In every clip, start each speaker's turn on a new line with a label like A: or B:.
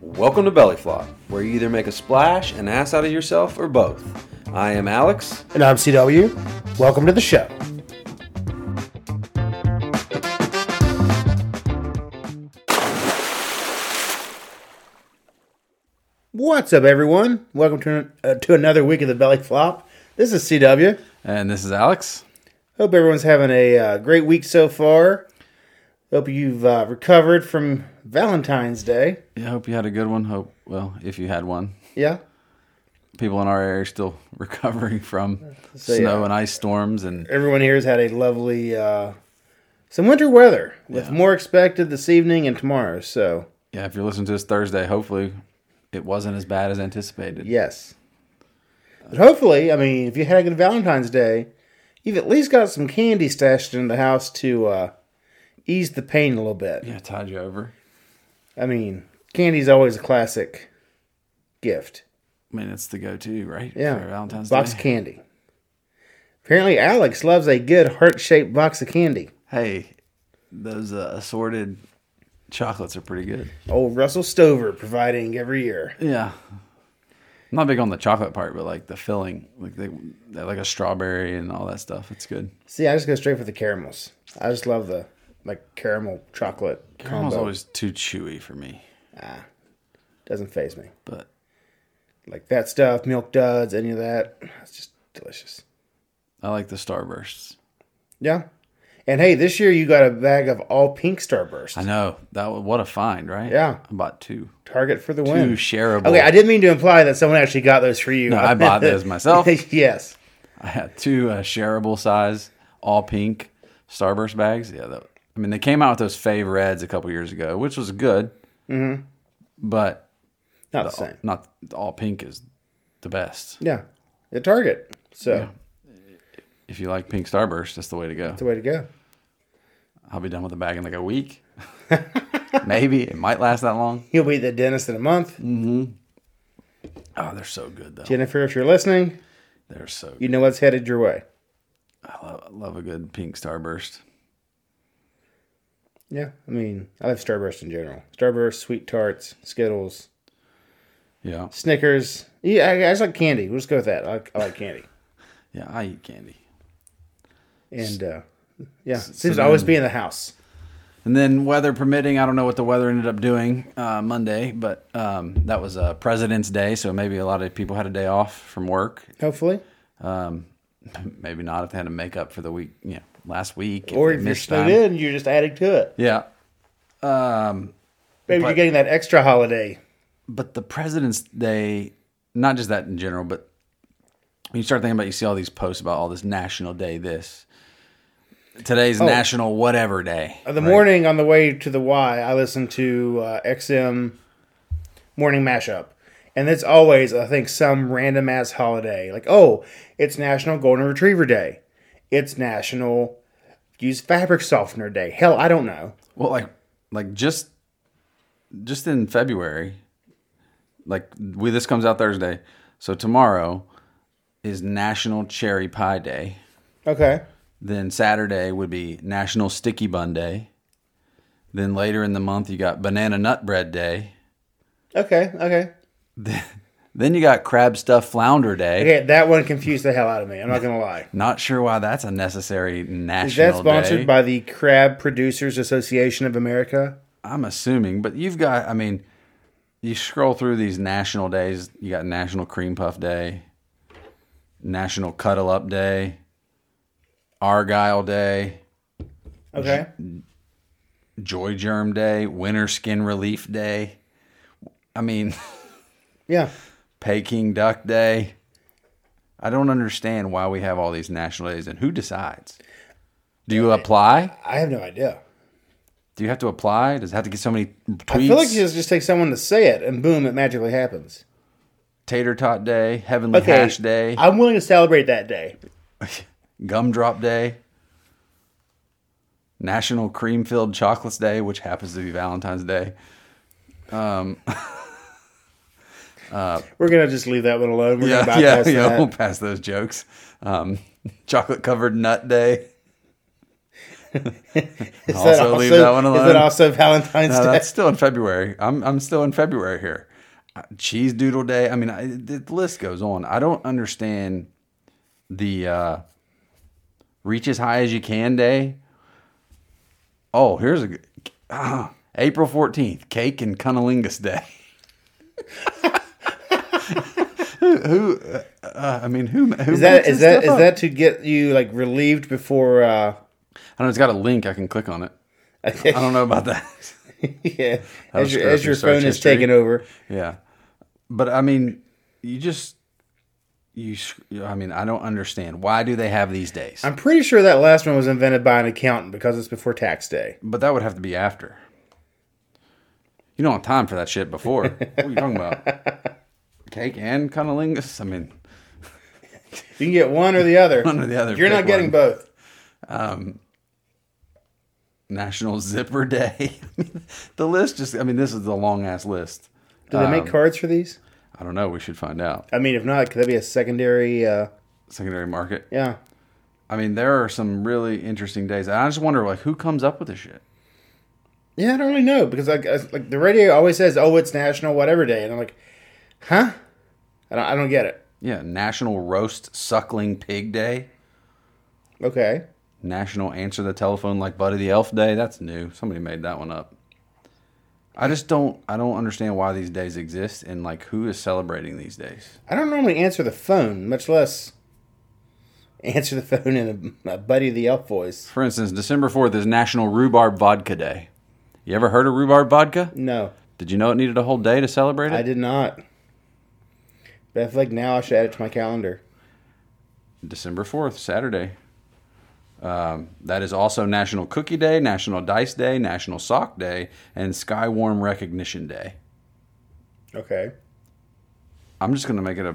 A: Welcome to Belly Flop, where you either make a splash, an ass out of yourself, or both. I am Alex.
B: And I'm CW. Welcome to the show. What's up, everyone? Welcome to, uh, to another week of the Belly Flop. This is CW.
C: And this is Alex.
B: Hope everyone's having a uh, great week so far. Hope you've uh, recovered from Valentine's Day.
C: Yeah, hope you had a good one. Hope well, if you had one.
B: Yeah,
C: People in our area are still recovering from
B: So,
C: snow
B: yeah.
C: and ice storms and
B: everyone here has had a lovely, uh, some winter weather with
C: Yeah.
B: more expected this evening and tomorrow. So,
C: yeah, if you're listening to this Thursday, hopefully it wasn't as bad as anticipated.
B: yes. But hopefully, I mean, if you had a good Valentine's Day, you've at least got some candy stashed in the house to uh, ease the pain a little bit.
C: Yeah, tide you over.
B: I mean, candy's always a classic gift.
C: I mean, it's the go-to, right?
B: Yeah,
C: for Valentine's
B: box
C: Day.
B: of candy. Apparently, Alex loves a good heart-shaped box of candy.
C: hey, those uh, assorted chocolates are pretty good.
B: Old Russell Stover providing every year.
C: Yeah, I'm not big on the chocolate part, but like the filling, like they they like a strawberry and all that stuff. It's good.
B: See, I just go straight for the caramels. I just love the like caramel chocolate
C: Caramel's
B: combo.
C: always too chewy for me,
B: Doesn't phase me.
C: but
B: Like that stuff, milk duds, any of that. It's just delicious.
C: I like the starbursts.
B: Yeah. And hey, this year you got a bag of all pink Starburst.
C: I know that. wa- What a find, right?
B: Yeah.
C: I bought two.
B: Target for the
C: Two
B: win.
C: shareable.
B: Okay, I didn't mean to imply that someone actually got those for you.
C: No, I bought those myself.
B: yes.
C: I had two uh, shareable size, all pink Starburst bags. Yeah, that, I mean they came out with those Fave Reds a couple years ago, which was good. Mm-hmm. But
B: Not the
C: the-
B: same.
C: not the all pink is the best.
B: Yeah. The Target. So
C: If you like pink Starburst, that's the way to go.
B: that's the way to go.
C: I'll be done with the bag in like a week. Maybe it might last that long.
B: You'll be at the dentist in a month.
C: Mm. Oh, they're so good though.
B: Jennifer, if you're listening,
C: They're so. Good.
B: you know what's headed your way.
C: I love, I love a good pink Starburst.
B: Yeah, I mean, I love Starburst in general. Starburst, sweet tarts, Skittles,
C: Yeah,
B: Snickers. Yeah, I, I just like candy. We'll just go with that. I like, I like candy,
C: yeah. I eat candy.
B: and uh, yeah,
C: so
B: seems to always
C: then-
B: be in the house.
C: And then, weather permitting, I don't know what the weather ended up doing uh, Monday, but um, that was uh, President's Day, so maybe a lot of people had a day off from work.
B: Hopefully,
C: Um, maybe not if they had to make up for the week, you know, last week.
B: or
C: they
B: if you're
C: missed
B: still
C: time.
B: in, you're just adding to it.
C: Yeah. Um,
B: Maybe you're getting that extra holiday.
C: but the President's Day, not just that in general, but when you start thinking about, you see all these posts about all this National Day, this. Today's National Whatever Day.
B: Uh, The morning on the way to the Y, I listen to uh, XM Morning Mashup, and it's always I think some random ass holiday. Like, oh, it's National Golden Retriever Day. It's National Use Fabric Softener Day. Hell, I don't know.
C: Well, like like just just in February, like we this comes out Thursday, so tomorrow is National Cherry Pie Day.
B: Okay.
C: Then Saturday would be National Sticky Bun Day. Then later in the month you got Banana Nut Bread Day.
B: Okay. Okay.
C: Then you got Crab Stuff Flounder Day.
B: Okay, that one confused the hell out of me. I'm not gonna lie.
C: Not sure why that's a necessary national
B: Is that sponsored
C: day.
B: by the Crab Producers Association of America?
C: I'm assuming, but you've got, I mean, you scroll through these national days. You got National Cream Puff Day, National Cuddle Up Day, Argyle Day,
B: Okay.
C: Joy Germ Day, Winter Skin Relief Day. I mean,
B: Yeah.
C: Peking Duck Day. I don't understand why we have all these national days and who decides? Do you apply?
B: I have no idea.
C: Do you have to apply? Does it have to get so many tweets?
B: I feel like it just just takes someone to say it and boom, it magically happens.
C: Tater Tot Day, Heavenly Hash Day.
B: I'm willing to celebrate that day.
C: Gumdrop Day, National Cream Filled Chocolates Day, which happens to be Valentine's Day.
B: We're gonna just leave that one alone. We're
C: Yeah,
B: gonna
C: yeah,
B: bypass
C: yeah.
B: that.
C: We'll pass those jokes. Um, Chocolate Covered Nut Day.
B: Is
C: Also leave that one
B: Is
C: alone.
B: that also Valentine's
C: No,
B: Day?
C: that's still in February. I'm I'm still in February here. Uh, cheese doodle day. I mean, I, the the list goes on. I don't understand the uh, reach as high as you can day. Oh, here's a good- ah, April 14th, cake and cunnilingus day. who, who uh, I mean, who, who
B: Is that
C: makes this
B: is that
C: stuff
B: is
C: up?
B: that to get you like relieved before? uh
C: I don't know. It's got a link. I can click on it. I don't know about that.
B: Yeah, as your
C: screw up
B: as
C: your
B: your phone
C: search
B: is
C: history.
B: taking over.
C: Yeah, but I mean, you just you. sh- I mean, I don't understand why do they have these days?
B: I'm pretty sure that last one was invented by an accountant because it's before tax day.
C: but that would have to be after. You don't have time for that shit before. what are you talking about? Cake and cunnilingus. I mean,
B: You can get one or the other.
C: One or the other,
B: You're not
C: pick
B: getting
C: one.
B: both.
C: National Zipper Day. I mean, the list just. I mean, this is the long ass list.
B: Do they make cards for these?
C: I don't know. We should find out.
B: I mean, if not, could that be a secondary? Uh,
C: Secondary market.
B: yeah,
C: I mean, there are some really interesting days. And I just wonder, like, who comes up with this shit?
B: yeah. I don't really know because like as- like the radio always says, "Oh, it's National Whatever Day," and I'm like, huh? I don't I don't get it.
C: Yeah, National Roast Suckling Pig Day,
B: Okay,
C: National Answer the Telephone Like Buddy the Elf Day. That's new. Somebody made that one up. I just don't. I don't understand why these days exist and like who is celebrating these days.
B: I don't normally answer the phone, much less answer the phone in a, a buddy the elf voice.
C: For instance, December fourth is National Rhubarb Vodka Day. You ever heard of rhubarb vodka?
B: No,
C: Did you know it needed a whole day to celebrate it?
B: I did not. But I feel like now I should add it to my calendar.
C: December 4th, Saturday. Um, that is also National Cookie Day, National Dice Day, National Sock Day, and Skywarm Recognition Day.
B: Okay.
C: I'm just going to make it a.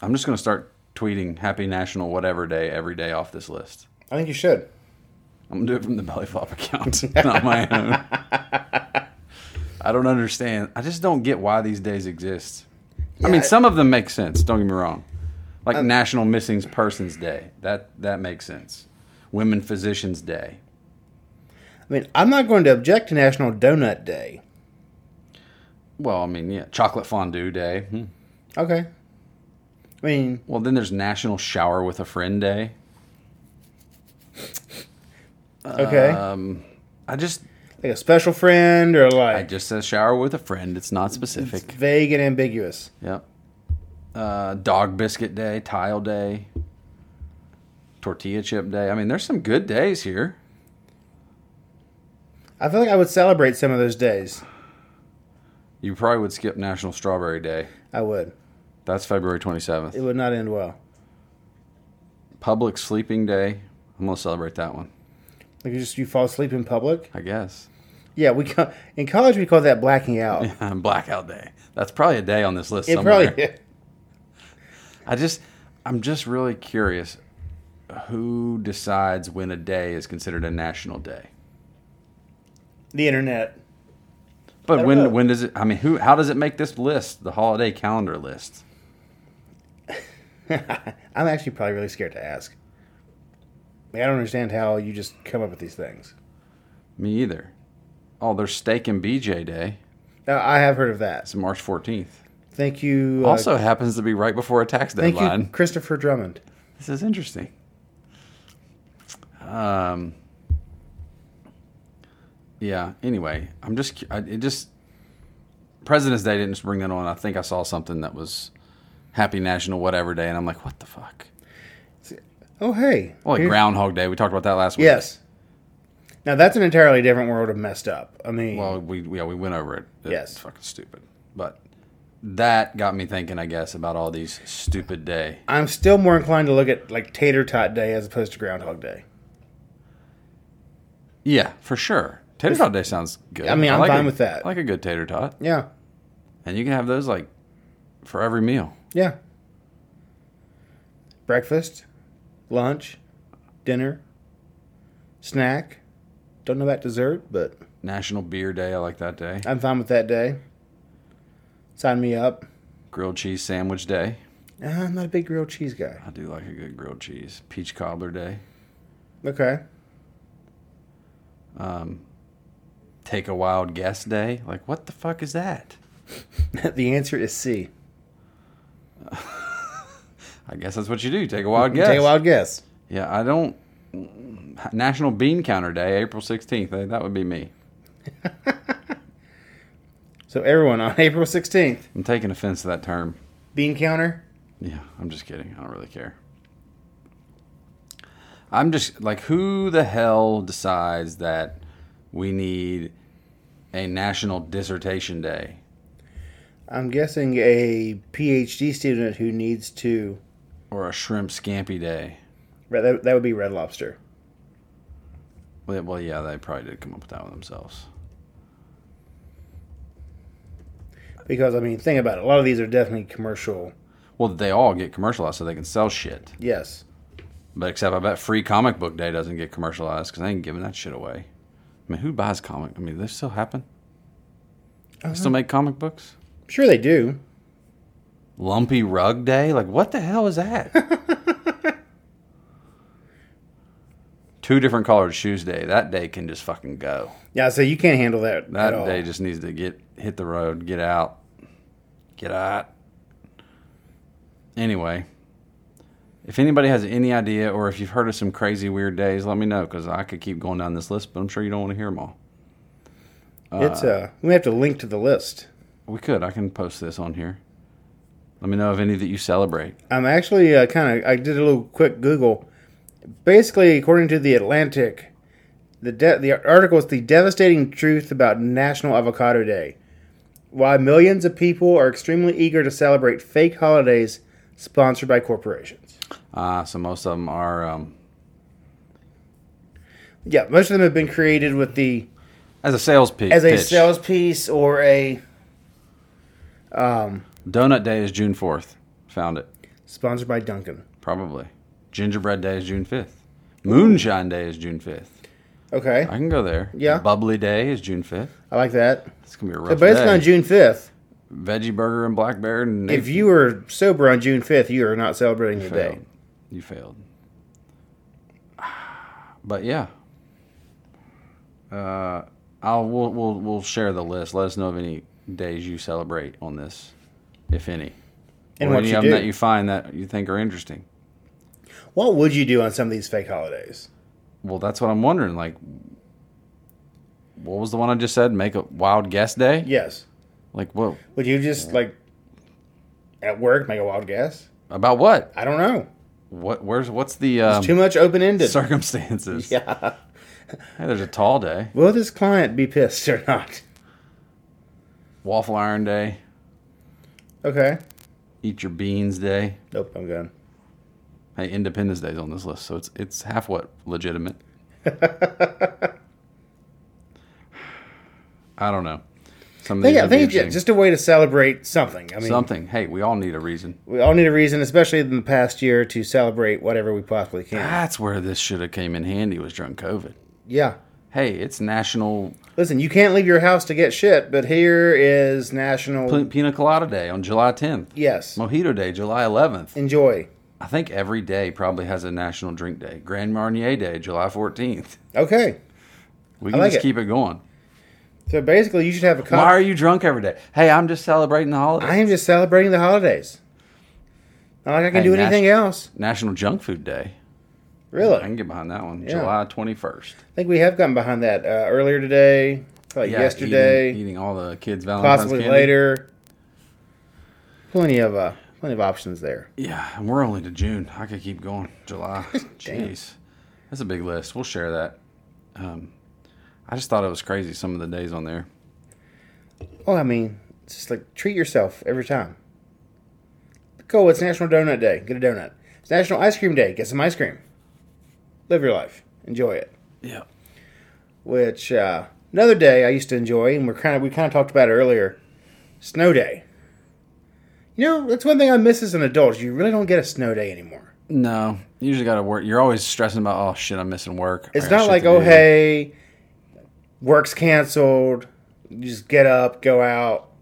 C: I'm just going to start tweeting Happy National Whatever Day every day off this list.
B: I think you should.
C: I'm going to do it from the Belly Flop account, not my own. I don't understand. I just don't get why these days exist. I Uh, mean,
B: I-
C: some of them make sense. Don't get me wrong. Like National Missing Persons Day. That that makes sense. Women Physicians Day.
B: I mean, I'm not going to object to National Donut Day.
C: Well, I mean, yeah, Chocolate Fondue Day. Hmm.
B: Okay. I mean,
C: Well, then there's National Shower with a Friend Day.
B: okay.
C: Um, I just
B: like a special friend or
C: I
B: like
C: just says shower with a friend. It's not specific.
B: vague and ambiguous.
C: Yep. Uh, dog biscuit day, tile day, tortilla chip day. I mean, there's some good days here.
B: I feel like I would celebrate some of those days.
C: You probably would skip National Strawberry Day.
B: I would.
C: That's February
B: It
C: 27th.
B: would not end well.
C: Public Sleeping Day. I'm gonna celebrate that one.
B: Like you just you fall asleep in public.
C: I guess.
B: Yeah, we ca- in college we call that blacking out.
C: Blackout Day. That's probably a day on this list
B: it
C: somewhere.
B: probably.
C: I just, I'm just really curious who decides when a day is considered a national day.
B: The internet.
C: But
B: don't
C: when
B: know.
C: when does it? I mean, who? How does it make this list? The holiday calendar list.
B: I'm actually probably really scared to ask. Like, I don't understand how you just come up with these things.
C: Me either. Oh, there's steak and BJ Day.
B: Now, I have heard of that.
C: It's March 14th.
B: Thank you. uh,
C: Also happens to be right before a tax
B: thank
C: deadline.
B: you, Christopher Drummond.
C: This is interesting. Um. Yeah. Anyway, I'm just. cu- I, it just. President's Day didn't just bring that on. I think I saw something that was Happy National Whatever Day, and I'm like, what the fuck?
B: Oh, hey.
C: Well, like
B: Here-
C: Groundhog Day. We talked about that last week.
B: Yes. Now that's an entirely different world of messed up. I mean,
C: Well, we yeah we went over it. It's
B: Yes.
C: fucking stupid. But that got me thinking, I guess, about all these stupid day.
B: I'm still more inclined to look at like Tater Tot Day as opposed to Groundhog Day.
C: Yeah, for sure. Tater tot day sounds good.
B: I mean, I'm
C: like
B: fine
C: a-
B: with that.
C: I like a good tater tot,
B: Yeah,
C: and you can have those like for every meal.
B: yeah. Breakfast, lunch, dinner, snack. Don't know about dessert, but
C: National Beer Day. I like that day.
B: I'm fine with that day. Sign me up.
C: Grilled cheese sandwich day.
B: Uh, I'm not a big grilled cheese guy.
C: I do like a good grilled cheese. Peach cobbler day.
B: Okay.
C: Um, take a wild guess day. Like what the fuck is that?
B: the answer is C.
C: I guess that's what you do. Take a wild guess.
B: Take a wild guess.
C: Yeah, I don't. National Bean Counter Day, April 16th. eh, That would be me.
B: So everyone on April sixteenth,
C: I'm taking offense to that term.
B: bean counter.
C: Yeah, I'm just kidding. I don't really care. I'm just like, who the hell decides that we need a National Dissertation Day?
B: I'm guessing a PhD student who needs to.
C: or a shrimp scampi day.
B: Red- That, that would be Red Lobster.
C: Well, yeah- Well, yeah, they probably did come up with that one themselves.
B: Because, I mean, think about it. A lot of these are definitely commercial.
C: Well, they all get commercialized so they can sell shit.
B: Yes.
C: But except I bet Free Comic Book Day doesn't get commercialized because they ain't giving that shit away. I mean, who buys comic? I mean, this still happen? They Still make comic books?
B: Sure, they do.
C: Lumpy Rug Day? Like, what the hell is that? Two different colored shoes day. That day can just fucking go.
B: Yeah, so you can't handle that, at
C: That
B: all.
C: day just needs to get hit the road, get out, get out. Anyway, if anybody has any idea or if you've heard of some crazy weird days, let me know because I could keep going down this list, but I'm sure you don't want to hear them all.
B: it's uh, we have to link to the list.
C: We could. I can post this on here. Let me know of any that you celebrate.
B: I'm actually uh, kind of. I did a little quick Google. Basically, according to the Atlantic, the de- the article is the devastating truth about National Avocado Day. Why millions of people are extremely eager to celebrate fake holidays sponsored by corporations.
C: Uh, so most of them are. Um,
B: Yeah, most of them have been created with the
C: as a sales pitch,
B: as a
C: pitch.
B: sales piece or a
C: donut day is June fourth. Found it
B: sponsored by Duncan.
C: probably. Gingerbread day is June fifth. Moonshine day is June fifth.
B: Okay,
C: I can go there.
B: Yeah.
C: Bubbly Day is June fifth.
B: I like that.
C: It's gonna be a rough
B: But it's
C: day.
B: on June fifth.
C: Veggie burger and black bear. And
B: If you are sober on June fifth, you are not celebrating your
C: failed,
B: day.
C: you failed. But yeah, uh, I'll we'll, we'll we'll share the list. Let us know of any days you celebrate on this, if any,
B: And
C: or
B: what
C: any
B: you
C: of them
B: do.
C: that you find that you think are interesting.
B: What would you do on some of these fake holidays?
C: Well, that's what I'm wondering. Like, what was the one I just said? Make a wild guess day.
B: Yes.
C: Like, what
B: Would you just like at work make a wild guess?
C: about what?
B: I don't know.
C: What? Where's what's the?
B: It's
C: Um,
B: too much open ended.
C: circumstances.
B: Yeah.
C: Hey, there's a tall day,
B: Will this client be pissed or not?
C: waffle iron day,
B: Okay.
C: eat your beans day.
B: Nope, I'm good.
C: Hey, Independence Day's on this list, so it's it's half what legitimate. I don't know. Some
B: I
C: of
B: think,
C: these
B: I
C: would be
B: think it's ju-
C: interesting.
B: just a way to celebrate something. I mean,
C: something. Hey, we all need a reason.
B: we all need a reason, especially in the past year, to celebrate whatever we possibly can.
C: That's where this should have came in handy was during COVID.
B: Yeah.
C: Hey, it's National
B: Listen, you can't leave your house to get shit, but here is National.
C: P- Pina Colada Day on July 10th.
B: yes.
C: Mojito Day, July 11th.
B: Enjoy.
C: I think every day probably has a National Drink Day. Grand Marnier Day, July 14th.
B: Okay.
C: We can
B: like
C: just
B: it.
C: keep it going.
B: So basically, you should have a.
C: Why
B: Con-
C: are you drunk every day? Hey, I'm just celebrating the holiday.
B: I am just celebrating the holidays. Not like I can
C: Hey,
B: do
C: Nash-
B: anything else.
C: National Junk Food Day.
B: Really?
C: I can get behind that one.
B: Yeah.
C: July 21st.
B: I think we have gotten behind that uh, earlier today, like
C: Yeah,
B: yesterday,
C: Eating, eating all the kids' Valentine's
B: possibly
C: candy.
B: later. Plenty of uh, plenty of options there.
C: Yeah, and we're only to June. I could keep going. July. Jeez. That's a big list. We'll share that. Um, I just thought it was crazy some of the days on there.
B: Well, I mean, it's just like treat yourself every time. Cool. It's National Donut Day. Get a donut. It's National Ice Cream Day. Get some ice cream. Live your life. Enjoy it.
C: Yeah.
B: Which uh, another day I used to enjoy, and we're kind of we kind of talked about it earlier. Snow day. You know, that's one thing I miss as an adult. is You really don't get a snow day anymore.
C: No, you usually got to work. You're always stressing about, oh, shit, I'm missing work. I
B: It's
C: got
B: not
C: shit
B: like,
C: to
B: oh,
C: do."
B: hey, work's canceled. You just get up, go out.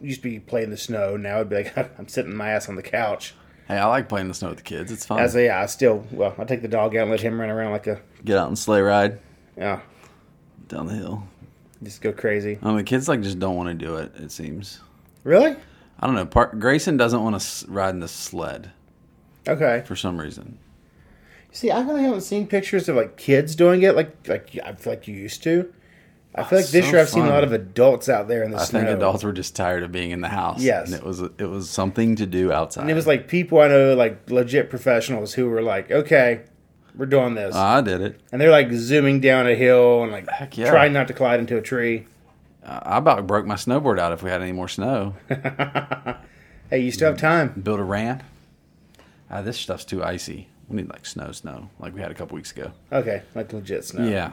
B: You used to be playing in the snow. Now it'd be like, I'm sitting my ass on the couch.
C: Hey, I like playing in the snow with the kids. It's fun.
B: I say, yeah, I still, well, I take the dog out and let him run around like a,
C: Get out and sleigh ride
B: yeah.
C: down the hill.
B: Just go crazy.
C: I mean, the kids like just don't want to do it. It seems.
B: Really?
C: I don't know. Part, Grayson doesn't want to ride in the sled
B: Okay.
C: for some reason.
B: See, I really haven't seen pictures of like kids doing it like like I feel like you used to. I feel
C: Oh,
B: like this
C: so
B: year I've seen a
C: fun.
B: lot of adults out there in the
C: I
B: snow.
C: think adults were just tired of being in the house.
B: Yes.
C: and it was it was something to do outside.
B: And it was like people I know, like legit professionals, who were like, "Okay, we're doing this,"
C: I did it.
B: and they're like zooming down a hill and like
C: Heck yeah.
B: trying not to collide into a tree.
C: I about broke my snowboard out if we had any more snow.
B: Hey, you still have time?
C: Build a ramp. Ah, this stuff's too icy. We need like snow, snow, like we had a couple weeks ago.
B: Okay, like legit snow.
C: Yeah.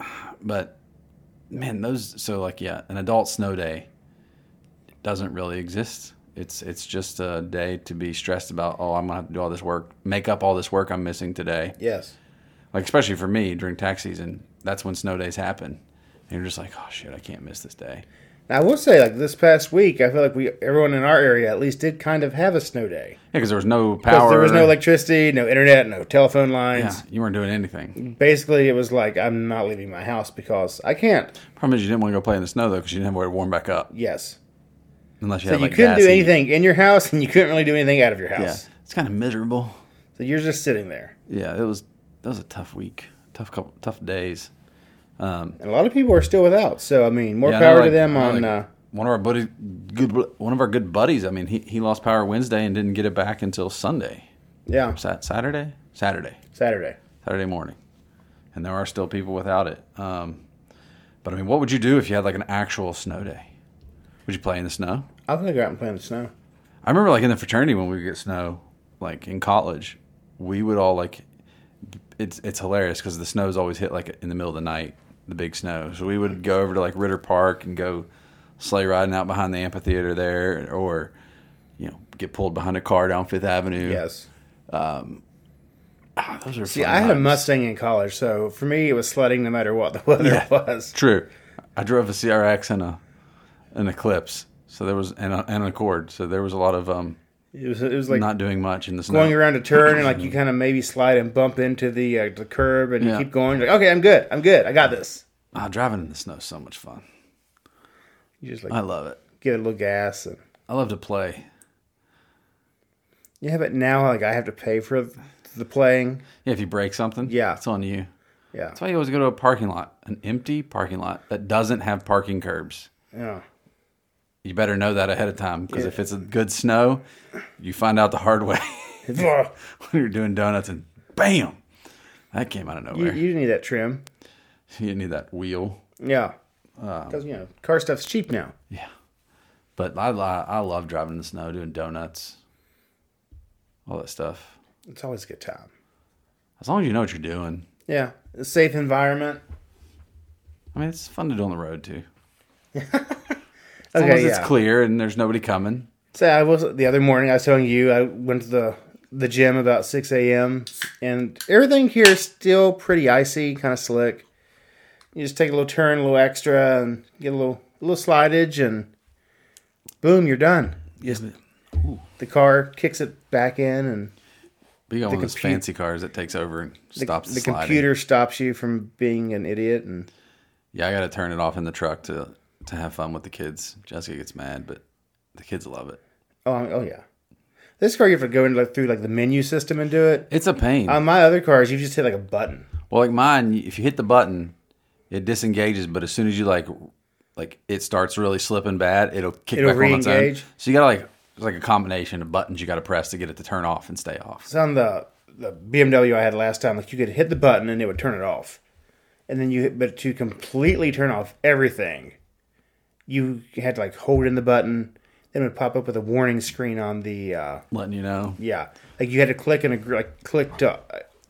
C: But man, those so like yeah, an adult snow day doesn't really exist. It's it's just a day to be stressed about, oh, I'm gonna have to do all this work, make up all this work I'm missing today.
B: Yes.
C: Like especially for me during tax season, that's when snow days happen. And you're just like, oh shit, I can't miss this day.
B: Now, I will say, like this past week, I feel like we everyone in our area at least did kind of have a snow day
C: Yeah, because there was no power.
B: because there was no electricity, no internet, no telephone
C: Yeah,
B: lines.
C: you weren't doing anything.
B: Basically, it was like I'm not leaving my house because I can't.
C: Problem is, you didn't want to go play in the snow though, because you didn't have where to warm back up
B: Yes.
C: unless you
B: So
C: had
B: you
C: like
B: couldn't
C: gas
B: do
C: heat.
B: anything in your house, and you couldn't really do anything out of your
C: Yeah,
B: house.
C: it's kind of miserable.
B: So you're just sitting there.
C: yeah, it was that was a tough week, tough couple, tough days. Um,
B: And a lot of people are still without. So I mean, more
C: yeah, I know,
B: power to
C: like-
B: them
C: I know,
B: on.
C: like,
B: uh,
C: one of our buddy, good one of our good buddies. I mean, he, he lost power Wednesday and didn't get it back until Sunday,
B: yeah,
C: Sat Saturday, Saturday,
B: Saturday.
C: Saturday morning, and there are still people without it. Um, but I mean, what would you do if you had like an actual snow day? Would you play in the snow?
B: I was gonna go out and play in the snow.
C: I remember like in the fraternity when we would get snow, like in college, we would all like it's it's hilarious because the snows always hit like in the middle of the night, the big snow. So we would go over to like Ritter Park and go sleigh riding out behind the amphitheater there, or you know get pulled behind a car down Fifth Avenue.
B: Yes.
C: Ah, those are
B: See, I had a Mustang in college, so for me it was sledding no matter what the weather
C: Yeah.
B: was.
C: True, I drove a CRX and a an Eclipse, so there was and, a, and an Accord, so there was a lot of um
B: It was it was like
C: not doing much in the snow.
B: going around a turn and like you kind of maybe slide and bump into the uh, the curb and
C: Yeah.
B: you keep going. You're like, okay, I'm good. I'm good. I got this.
C: Ah, driving in the snow is so much fun.
B: You just like
C: I love it.
B: get a little gas and
C: I love to play.
B: yeah. But now like I have to pay for the playing.
C: Yeah, if you break something,
B: Yeah.
C: it's on you.
B: Yeah.
C: That's why you always go to a parking lot, an empty parking lot that doesn't have parking curbs.
B: Yeah.
C: You better know that ahead of time because if it's a good snow, you find out the hard way
B: you,
C: when you're doing donuts and bam, that came out of nowhere. You,
B: you need that trim.
C: need that wheel.
B: Yeah.
C: Um,
B: Because, you know, car stuff's cheap now.
C: Yeah, but I li- I love driving in the snow, doing donuts, all that stuff.
B: It's always a good time.
C: As long as you know what you're doing.
B: Yeah. A safe environment.
C: I mean, it's fun to do on the road too. As long
B: Okay,
C: as
B: yeah.
C: it's clear and there's nobody coming.
B: So I was the other morning. I was telling you I went to the the gym about six a.m. and everything here is still pretty icy, kind of slick. You just take a little turn, a little extra, and get a little a little slidage, and boom, you're done.
C: Isn't it?
B: The car kicks it back in, and
C: But you got one of those
B: compu-
C: fancy cars that takes over and
B: the,
C: stops the,
B: the
C: sliding.
B: computer stops you from being an idiot. And
C: Yeah, I got to turn it off in the truck to to have fun with the kids. Jessica gets mad, but the kids love it.
B: oh, I'm- oh yeah, this car you have to go into like through like the menu system and do it.
C: It's a pain.
B: On my other cars, you just hit like a button.
C: well, like mine, if you hit the button, it disengages, but as soon as you like like it starts really slipping bad, it'll kick
B: It'll
C: back on its
B: re-engage.
C: own. So you got to like it's like a combination of buttons you got to press to get it to turn off and stay off.
B: It's on the the BMW I had last time. Like you could hit the button and it would turn it off, and then you but to completely turn off everything, you had to like hold in the button. Then it would pop up with a warning screen on the uh,
C: Letting you know.
B: yeah, like you had to click and agree, like click to uh,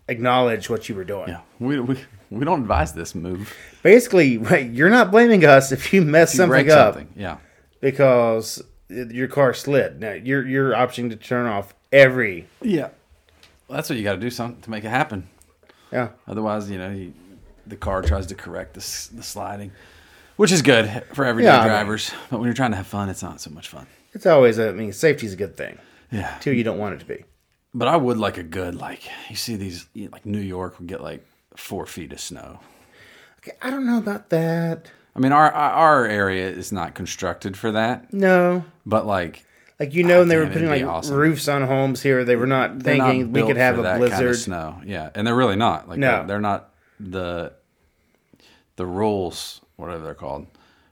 B: acknowledge what you were doing.
C: Yeah. We we we don't advise this move.
B: Basically, right, you're not blaming us if you mess
C: You
B: something
C: break
B: up
C: something. Yeah.
B: because it- your car slid. Now you're you're opting to turn off every
C: Yeah. Well, that's what you got to do something to make it happen.
B: yeah.
C: Otherwise, you know, he, the car tries to correct the, s- the sliding, which is good for everyday
B: Yeah, I mean-
C: drivers. but when you're trying to have fun, it's not so much fun.
B: It's always a, I mean safety's a good thing
C: Yeah.
B: till you don't want it to be.
C: But I would like a good, like, you see these, you know, like New York would get like four feet of snow.
B: I don't know about that.
C: I mean, our our our area is not constructed for that,
B: No,
C: but like
B: like you know, when they were
C: damn,
B: putting
C: it'd be
B: like
C: awesome.
B: roofs on homes here. They were not
C: they're not
B: thinking we
C: built
B: could have
C: for
B: a
C: that
B: blizzard.
C: Kind of snow, yeah, and they're really not. Like
B: No.
C: they're, they're not the the rules, whatever they're called,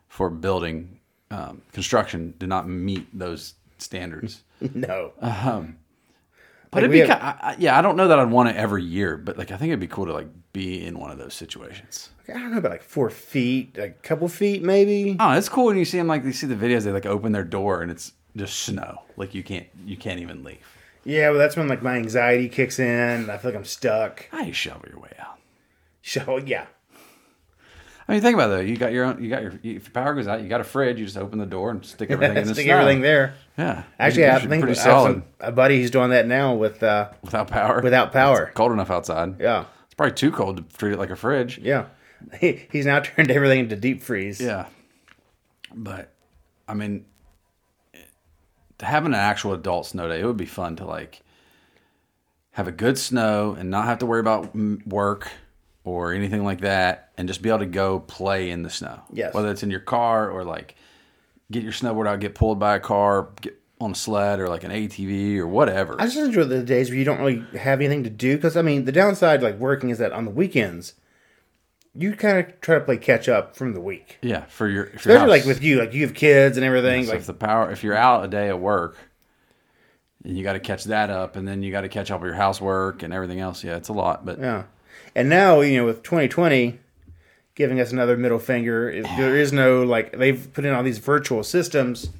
C: for building um, construction did not meet those standards.
B: no,
C: But
B: Like,
C: it'd be,
B: we have-
C: ki- I, I- yeah, I don't know that I'd want it every year, but like I think it'd be cool to like be in one of those situations.
B: I don't know about like four feet, like a couple feet maybe.
C: Oh, it's cool when you see them like you see the videos. They like open their door and it's just snow. Like you can't you can't even leave.
B: Yeah, well, that's when like my anxiety kicks in. And I feel like I'm stuck.
C: How you shovel your way out?
B: So yeah,
C: I mean, think about that. You got your own. You got your. If your power goes out, you got a fridge. You just open the door and stick everything in the
B: stick
C: snow.
B: everything there.
C: Yeah,
B: Actually,
C: Which
B: I
C: is
B: think
C: pretty
B: I have
C: solid
B: some- a buddy who's doing that now with uh,
C: without power.
B: without power.
C: It's cold enough outside.
B: Yeah,
C: it's probably too cold to treat it like a fridge.
B: yeah. He, he's now turned everything into deep freeze.
C: Yeah. But I mean to having an actual adult snow day, it would be fun to like have a good snow and not have to worry about mm, work or anything like that and just be able to go play in the snow.
B: Yes.
C: Whether it's in your car or like get your snowboard out, get pulled by a car, get on a sled or like an ATV or whatever.
B: I just enjoy the days where you don't really have anything to do because I mean the downside like working is that on the weekends you kind of try to play catch up from the week,
C: yeah, for your if your
B: especially like
C: house-
B: with you like you have kids and everything
C: So
B: like
C: if the power, if you're out a day at work, and you got to catch that up, and then you got to catch up with your housework and everything else. Yeah, it's a lot, but
B: yeah. And now you know with 2020 giving us another middle finger, it- there is no like they've put in all these virtual systems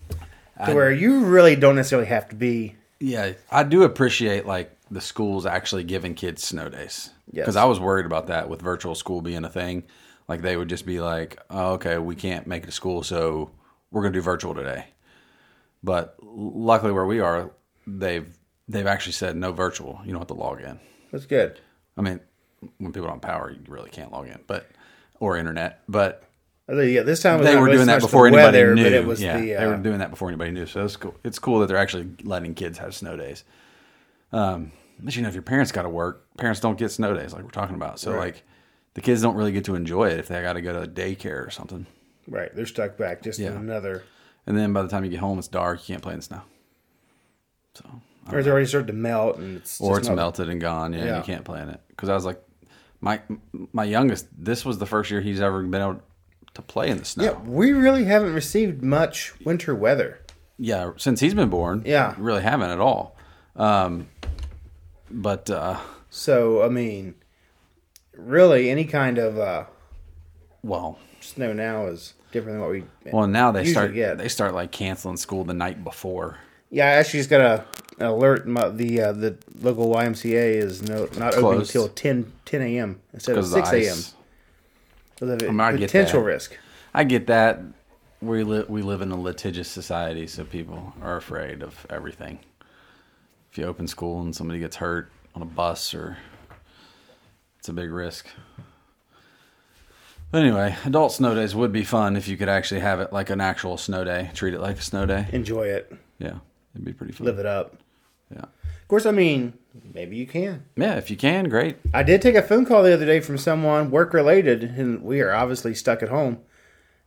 B: to where you really don't necessarily have to be.
C: yeah, I do appreciate like the schools actually giving kids snow days
B: Yes.
C: because I was worried about that with virtual school being a thing. Like they would just be like, oh, "Okay, we can't make it to school, so we're gonna do virtual today." But luckily, where we are, they've they've actually said no virtual. You don't have to log in.
B: That's good.
C: I mean, when people don't have power, you really can't log in, but or internet. But
B: I think, Yeah, this time
C: they were doing that before anybody knew.
B: but it was
C: yeah,
B: the
C: they
B: uh,
C: were doing that before anybody knew. So it's cool. It's cool that they're actually letting kids have snow days. Um, but you know, if your parents got to work, parents don't get snow days like we're talking about. So like, the kids don't really get to enjoy it if they got to go to daycare or something.
B: right. They're stuck back just
C: Yeah.
B: another.
C: And then by the time you get home, it's dark. You can't play in the snow,
B: Or it's already started to melt, and it's
C: or
B: just
C: it's
B: not-
C: melted and gone. Yeah,
B: Yeah.
C: you can't play in it. Because I was like, my my youngest, this was the first year he's ever been able to play in the snow.
B: Yeah, we really haven't received much winter weather.
C: yeah, since he's been born,
B: Yeah.
C: really haven't at all. Um, but uh,
B: So I mean, really, any kind of uh,
C: well,
B: snow now is different than what we.
C: well, now they
B: Usually,
C: start
B: yeah.
C: they start like canceling school the night before.
B: yeah, I actually just got a an alert. My, the uh, the local YMCA is no not open
C: Closed.
B: until 10, 10 a.m. instead of
C: Because of the
B: six a.m.
C: ice.
B: Because of
C: mean, I get
B: potential
C: that.
B: risk.
C: I get that we li- we live in a litigious society, so people are afraid of everything. If you open school and somebody gets hurt on a bus, or it's a big risk. But anyway, adult snow days would be fun if you could actually have it like an actual snow day. Treat it like a snow day.
B: Enjoy it,
C: Yeah, it'd be pretty fun.
B: live it up.
C: Yeah.
B: Of course, I mean, maybe you can.
C: Yeah, if you can, great.
B: I did take a phone call the other day from someone work related, and we are obviously stuck at home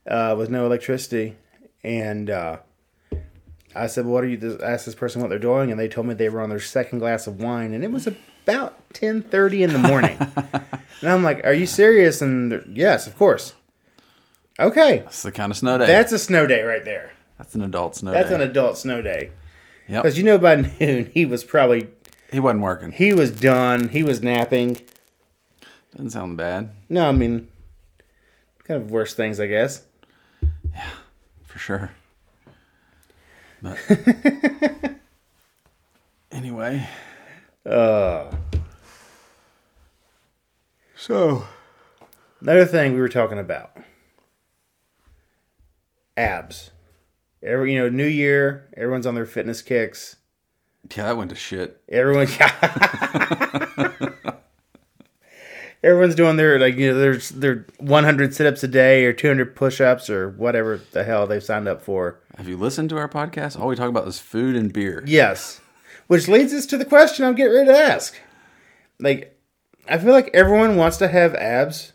B: uh, with no electricity. And uh, I said, "What are you?" I asked this person what they're doing, and they told me they were on their second glass of wine, and it was about ten thirty in the morning. and I'm like, "Are you serious?" And they're, yes, of course. Okay,
C: That's the kind of snow day.
B: that's a snow day right there.
C: That's an adult snow
B: That's
C: day.
B: an adult snow day.
C: Yep.
B: Because you know by noon he was probably
C: he wasn't working.
B: he was done. He was napping.
C: Doesn't sound bad
B: No, I mean, kind of worse things, I guess.
C: for sure. But anyway,
B: Uh,
C: so
B: another thing we were talking about abs. Every you know, New Year, everyone's on their fitness kicks.
C: yeah, that went to shit.
B: Everyone, everyone's doing their like you know their their 100 sit-ups a day or 200 push-ups or whatever the hell they've signed up for.
C: Have you listened to our podcast? All we talk about is food and beer.
B: Yes. Which leads us to the question I'm getting ready to ask. Like, I feel like everyone wants to have abs,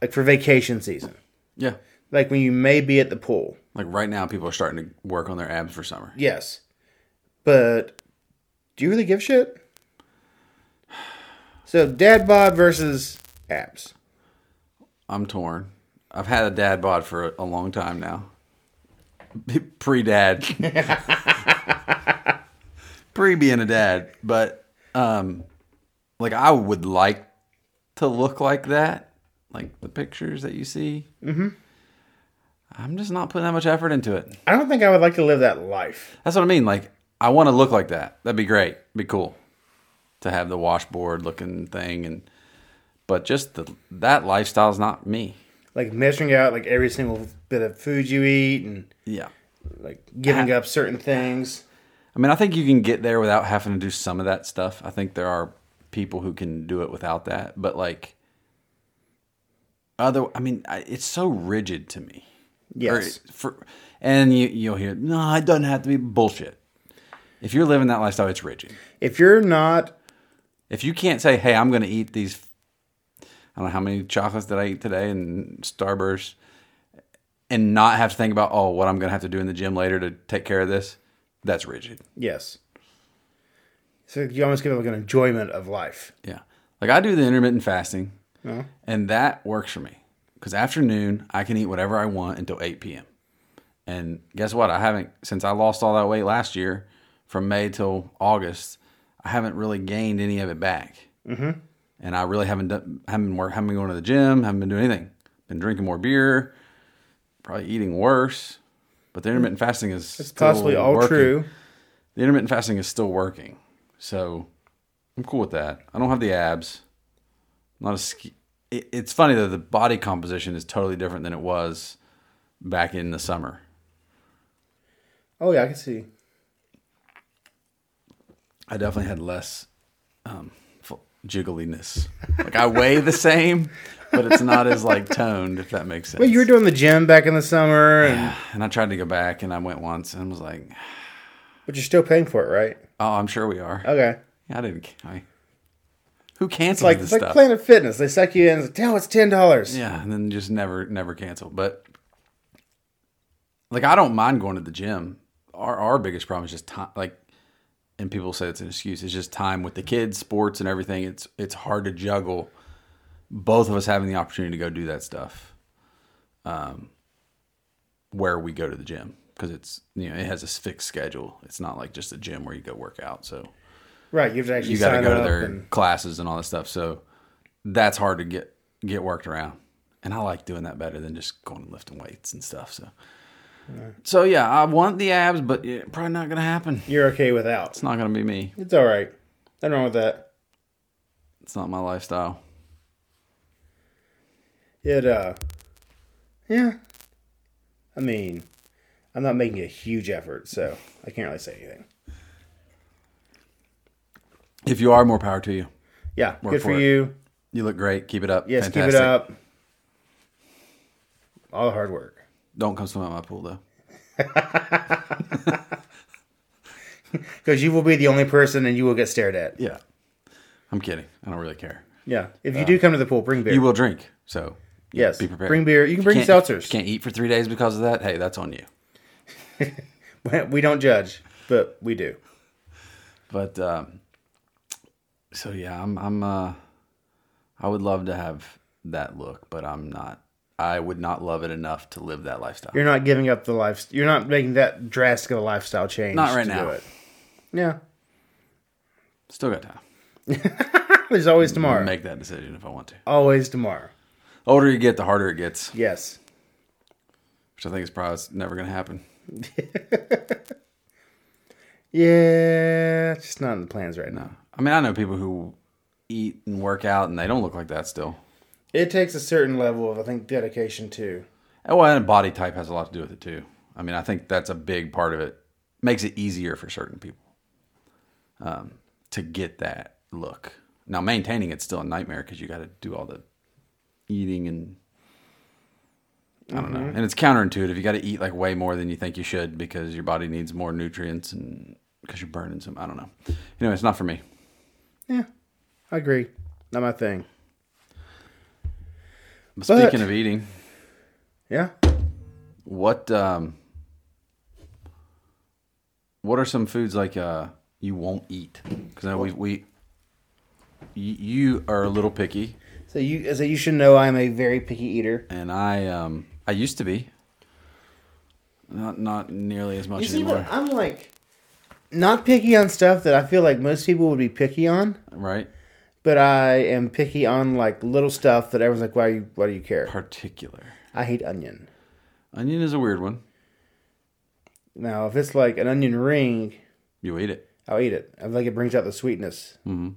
B: like for vacation season.
C: Yeah.
B: like when you may be at the pool.
C: Like right now, people are starting to work on their abs for summer.
B: Yes. But do you really give a shit? So dad bod versus abs.
C: I'm torn. I've had a dad bod for a, a long time now. Pre dad. Pre being a dad. But, um, like, I would like to look like that. Like the pictures that you see. Mm-hmm. I'm just not putting that much effort into it.
B: I don't think I would like to live that life.
C: That's what I mean. Like, I want to look like that. That'd be great. Be cool to have the washboard looking thing, and but just the, that lifestyle's not me.
B: Like measuring out like every single bit of food you eat and
C: Yeah,
B: like giving up certain things.
C: I mean, I think you can get there without having to do some of that stuff. I think there are people who can do it without that, but like other, I mean, I, it's so rigid to me. Or
B: Yes.
C: for, and you you'll hear no, it doesn't have to be bullshit. If you're living that lifestyle, it's rigid.
B: If you're not
C: If you can't say, "Hey, I'm going to eat these," I don't know how many chocolates did I eat today and Starburst, and not have to think about, "Oh, what I'm going to have to do in the gym later to take care of this," that's rigid.
B: yes. So you almost give up like an enjoyment of life.
C: Yeah, like I do the intermittent fasting,
B: Uh-huh.
C: and that works for me because afternoon I can eat whatever I want until 8 p.m. And guess what? I haven't since I lost all that weight last year from May till August. I haven't really gained any of it back. Mm-hmm. And I really haven't done, haven't been work, haven't been going to the gym, haven't been doing anything. Been drinking more beer, probably eating worse. But the intermittent fasting is
B: It's possibly all true.
C: The intermittent fasting is still working, so I'm cool with that. I don't have the abs. I'm not a ski. It, it's funny though. The body composition is totally different than it was back in the summer.
B: Oh yeah, I can see.
C: I definitely had less um, f- jiggliness. Like I weigh the same, but it's not as like toned. If that makes sense.
B: But you were doing the gym back in the summer, and,
C: and I tried to go back, and I went once, and was like,
B: but you're still paying for it, right?
C: "Oh, I'm sure we are."
B: Okay.
C: Yeah, I didn't. I, who cancels
B: Like
C: this
B: it's like
C: stuff?
B: Planet Fitness. They suck you in. It's like, now it's ten dollars.
C: Yeah, and then just never never cancel. But like I don't mind going to the gym. Our our biggest problem is just time like and people say it's an excuse. It's just time with the kids, sports and everything. It's it's hard to juggle both of us having the opportunity to go do that stuff. Um where we go to the gym because it's you know, it has a fixed schedule. It's not like just a gym where you go work out. So
B: Right. You have to actually
C: you got to
B: sign
C: go to
B: up.
C: their
B: and,
C: classes and all that stuff. So that's hard to get get worked around. And I like doing that better than just going and lifting weights and stuff. So, so yeah, I want the abs, but yeah, probably not gonna happen.
B: you're okay without.
C: It's not gonna be me.
B: It's all right. Nothing wrong with that.
C: It's not my lifestyle.
B: It uh, yeah. I mean, I'm not making a huge effort, so I can't really say anything.
C: If you are, more power to you.
B: Yeah.
C: Work
B: good for,
C: for it.
B: you.
C: You look great. Keep it up.
B: Yes. Keep it up. All the hard work.
C: Don't come swim at my pool though.
B: Because you will be the only person, and you will get stared at.
C: Yeah, I'm kidding. I don't really care.
B: Yeah. If you do come to the pool, bring beer.
C: Uh, You will drink, so yeah,
B: Yes. Bring beer. You can bring
C: can't-
B: seltzers.
C: Can't eat for three days because of that. Hey, that's on you.
B: We don't judge, but we do.
C: But um, so yeah, I'm I'm uh, I would love to have that look, but I'm not. I would not love it enough to live that lifestyle.
B: You're not giving up the life. You're not making that drastic of a lifestyle change.
C: Not right
B: to do
C: now.
B: it. Yeah.
C: Still got time.
B: There's always tomorrow.
C: Make that decision if I want to.
B: always tomorrow.
C: The older you get, the harder it gets,
B: Yes.
C: which I think is probably never going to happen.
B: Yeah. It's just not in the plans right now.
C: No, I mean I know people who eat and work out and they don't look like that still.
B: It takes a certain level of, I think, dedication too.
C: Oh, well, and body type has a lot to do with it too. I mean, I think that's a big part of it. Makes it easier for certain people um, to get that look. Now, maintaining it's still a nightmare because you got to do all the eating and I don't know. And it's counterintuitive. You got to eat like way more than you think you should because your body needs more nutrients and because you're burning some. I don't know. Anyway, it's not for me.
B: Yeah. I agree. Not my thing.
C: But
B: But-
C: speaking of eating,
B: Yeah.
C: What um what are some foods like uh you won't eat? Cuz we we you, you are a little picky
B: So you, so you should know, I'm a very picky eater.
C: and I um I used to be not not nearly as much
B: You see,
C: anymore,
B: but I'm like not picky on stuff that I feel like most people would be picky on,
C: right?
B: but I am picky on like little stuff that everyone's like, why you, why do you care?
C: Particular.
B: I hate onion.
C: Onion is a weird one.
B: Now, if it's like an onion ring,
C: You eat it.
B: I'll eat it. I feel like it brings out the sweetness. Mm-hmm.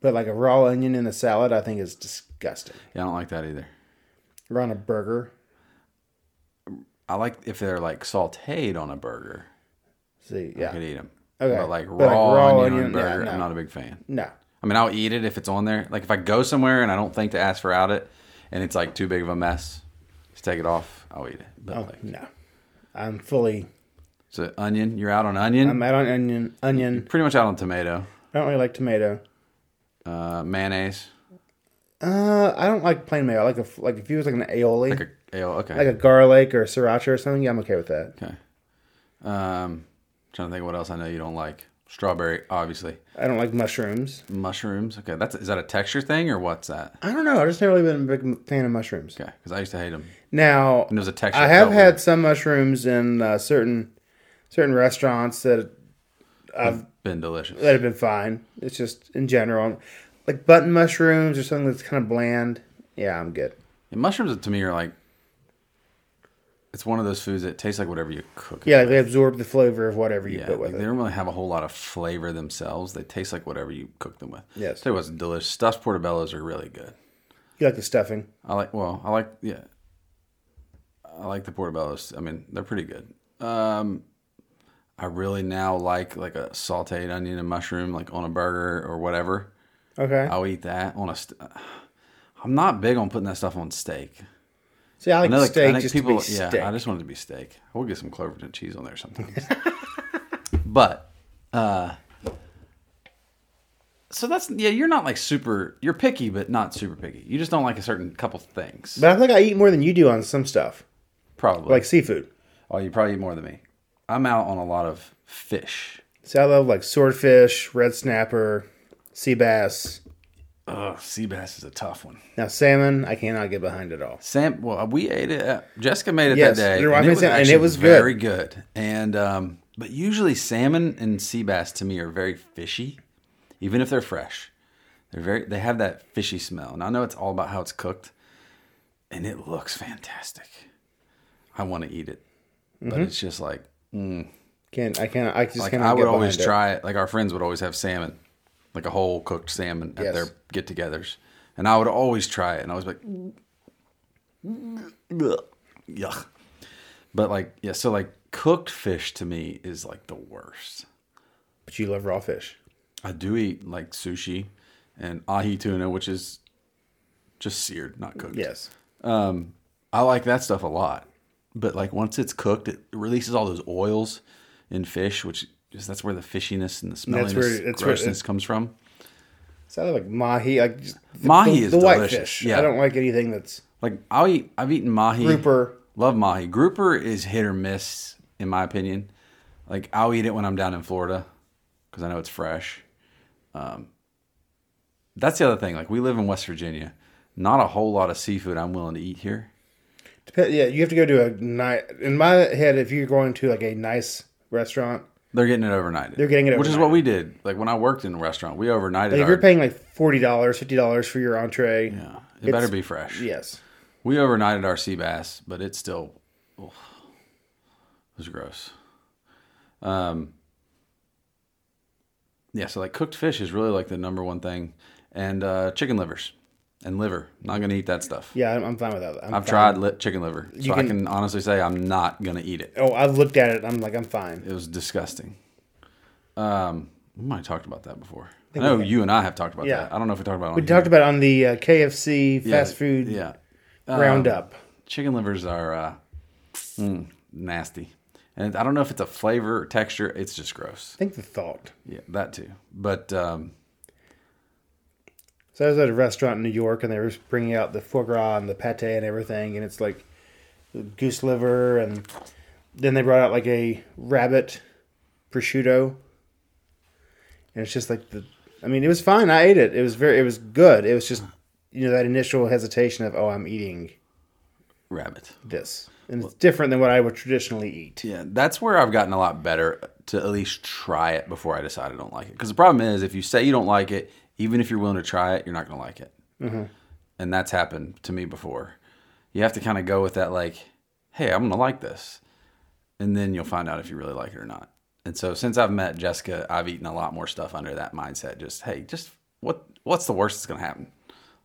B: But like a raw onion in a salad, I think is disgusting.
C: Yeah, I don't like that either.
B: Or on a burger.
C: I like if they're like sauteed on a burger.
B: See,
C: I
B: yeah,
C: could eat them.
B: Okay.
C: But like raw,
B: But, like,
C: onion,
B: raw
C: on
B: onion,
C: a
B: yeah,
C: burger,
B: no.
C: I'm not a big fan.
B: no,
C: I mean, I'll eat it if it's on there. Like if I go somewhere and I don't think to ask for out it, and it's like too big of a mess, just take it off. I'll eat it. But
B: oh
C: like,
B: no, I'm fully.
C: so onion, you're out on onion.
B: I'm out on onion. Onion.
C: pretty much out on tomato,
B: I don't really like tomato.
C: uh, mayonnaise,
B: Uh, I don't like plain mayo. I like a like if you was like an aioli,
C: like a ale. Okay.
B: like a garlic or a sriracha or something. Yeah, I'm okay with that.
C: okay. Um, trying to think of what else I know you don't like. Strawberry, obviously.
B: I don't like mushrooms.
C: Mushrooms. Okay, that's is that a texture thing or what's that?
B: I don't know. I've just never really been a big fan of mushrooms.
C: Okay, because I used to hate them.
B: Now
C: And there's a texture.
B: I have
C: felt
B: had
C: weird.
B: some mushrooms in uh, certain certain restaurants that
C: been delicious.
B: that have been fine. It's just in general, like button mushrooms or something that's kind of bland. Yeah, I'm good.
C: Yeah, mushrooms to me are like it's one of those foods that tastes like whatever you cook. it
B: Yeah,
C: with.
B: like they absorb the flavor of whatever you
C: yeah.
B: put
C: like,
B: with
C: they
B: it.
C: don't really have a whole lot of flavor themselves. They taste like whatever you cook them with.
B: Yes.
C: tell you what's delicious. Stuffed portobellos are really good.
B: You like the stuffing?
C: I like. Well, I like. Yeah, I like the portobellos. I mean, they're pretty good. Um, I really now like like a sautéed onion and mushroom like on a burger or whatever.
B: Okay.
C: I'll eat that on a. St- I'm not big on putting that stuff on steak.
B: See, I
C: I
B: like
C: know, like, I
B: steak
C: think
B: just to be
C: yeah,
B: steak.
C: I just want it to be steak. We'll get some Cloverton cheese on there sometimes. but uh so that's yeah, you're not like super you're picky but not super picky. You just don't like a certain couple things.
B: but I think I eat more than you do on some stuff,
C: probably.
B: like seafood.
C: oh, you probably eat more than me. I'm out on a lot of fish.
B: See, I love like swordfish, red snapper, sea bass.
C: Ugh, sea bass is a tough one.
B: Now salmon, I cannot get behind at all.
C: Sam, well, we ate it. At, Jessica made it
B: Yes,
C: that day,
B: your wife
C: and
B: made
C: it, was
B: it, and it
C: actually
B: was good.
C: very good. And um, but usually salmon and sea bass to me are very fishy, even if they're fresh. They're very they have that fishy smell, and I know it's all about how it's cooked, and it looks fantastic. I want to eat it, but
B: Mm-hmm.
C: it's just like
B: Can I cannot? I just
C: like
B: cannot.
C: I would
B: get
C: always
B: behind it.
C: try it. Like our friends would always have salmon, like a whole cooked salmon at
B: Yes.
C: their get-togethers, and I would always try it, and I was like, "Ugh, yuck. But like, yeah, so like cooked fish to me is like the worst.
B: But you love raw fish.
C: I do eat like sushi and ahi tuna, which is just seared, not cooked.
B: Yes.
C: Um, I like that stuff a lot. But like once it's cooked, it releases all those oils in fish, which is that's where the fishiness and the
B: where-
C: smelliness,
B: that's where it-
C: grossness comes from.
B: So I like mahi. Like just the,
C: Mahi
B: the,
C: is
B: the white
C: delicious,
B: fish.
C: yeah.
B: I don't like anything that's
C: Like I'll eat, I've eaten mahi.
B: Grouper.
C: love mahi. Grouper is hit or miss in my opinion. Like I'll eat it when I'm down in Florida because I know it's fresh. Um, that's the other thing. Like we live in West Virginia, not a whole lot of seafood I'm willing to eat here.
B: Dep- Yeah, you have to go to a nice. In my head, if you're going to like a nice restaurant,
C: They're getting it overnight.
B: They're getting it
C: which is what we did. Like when I worked in a restaurant, we overnighted.
B: like if
C: our,
B: you're paying like forty dollars, fifty dollars for your entree,
C: Yeah, it
B: it's-
C: better be fresh.
B: yes,
C: We overnighted our sea bass, but it's still oof. it was gross. Um Yeah, so like cooked fish is really like the number one thing. And uh chicken livers and liver. Not gonna eat that stuff.
B: yeah, I'm, I'm fine with that. I'm
C: I've
B: fine.
C: tried li- chicken liver. So I
B: can-
C: can honestly say I'm not gonna eat it.
B: Oh, I've looked at it. I'm like, I'm fine.
C: It was disgusting. Um we might have talked about that before. I
B: we
C: know
B: have.
C: you and I have talked about
B: Yeah.
C: that. I don't know if we talked about it on
B: We talked about it on the uh, KFC fast food
C: Yeah. Um,
B: roundup.
C: chicken livers are uh, mm, nasty, and I don't know if it's a flavor or texture. It's just gross.
B: I think the thought.
C: Yeah, that too. But um,
B: So I was at a restaurant in New York, and they were bringing out the foie gras and the pate and everything, and it's like goose liver, and then they brought out like a rabbit prosciutto, and it's just like the. I mean, it was fine. I ate it. It was very. It was good. It was just you know that initial hesitation of oh, I'm eating
C: Rabbit.
B: this, and it's different than what I would traditionally eat.
C: Yeah, that's where I've gotten a lot better to at least try it before I decide I don't like it. Because the problem is, if you say you don't like it, even if you're willing to try it, you're not going to like it. And that's happened to me before. You have to kind of go with that, like, hey, I'm going to like this. And then you'll find out if you really like it or not. And so since I've met Jessica, I've eaten a lot more stuff under that mindset. Just, hey, just what what's the worst that's going to happen?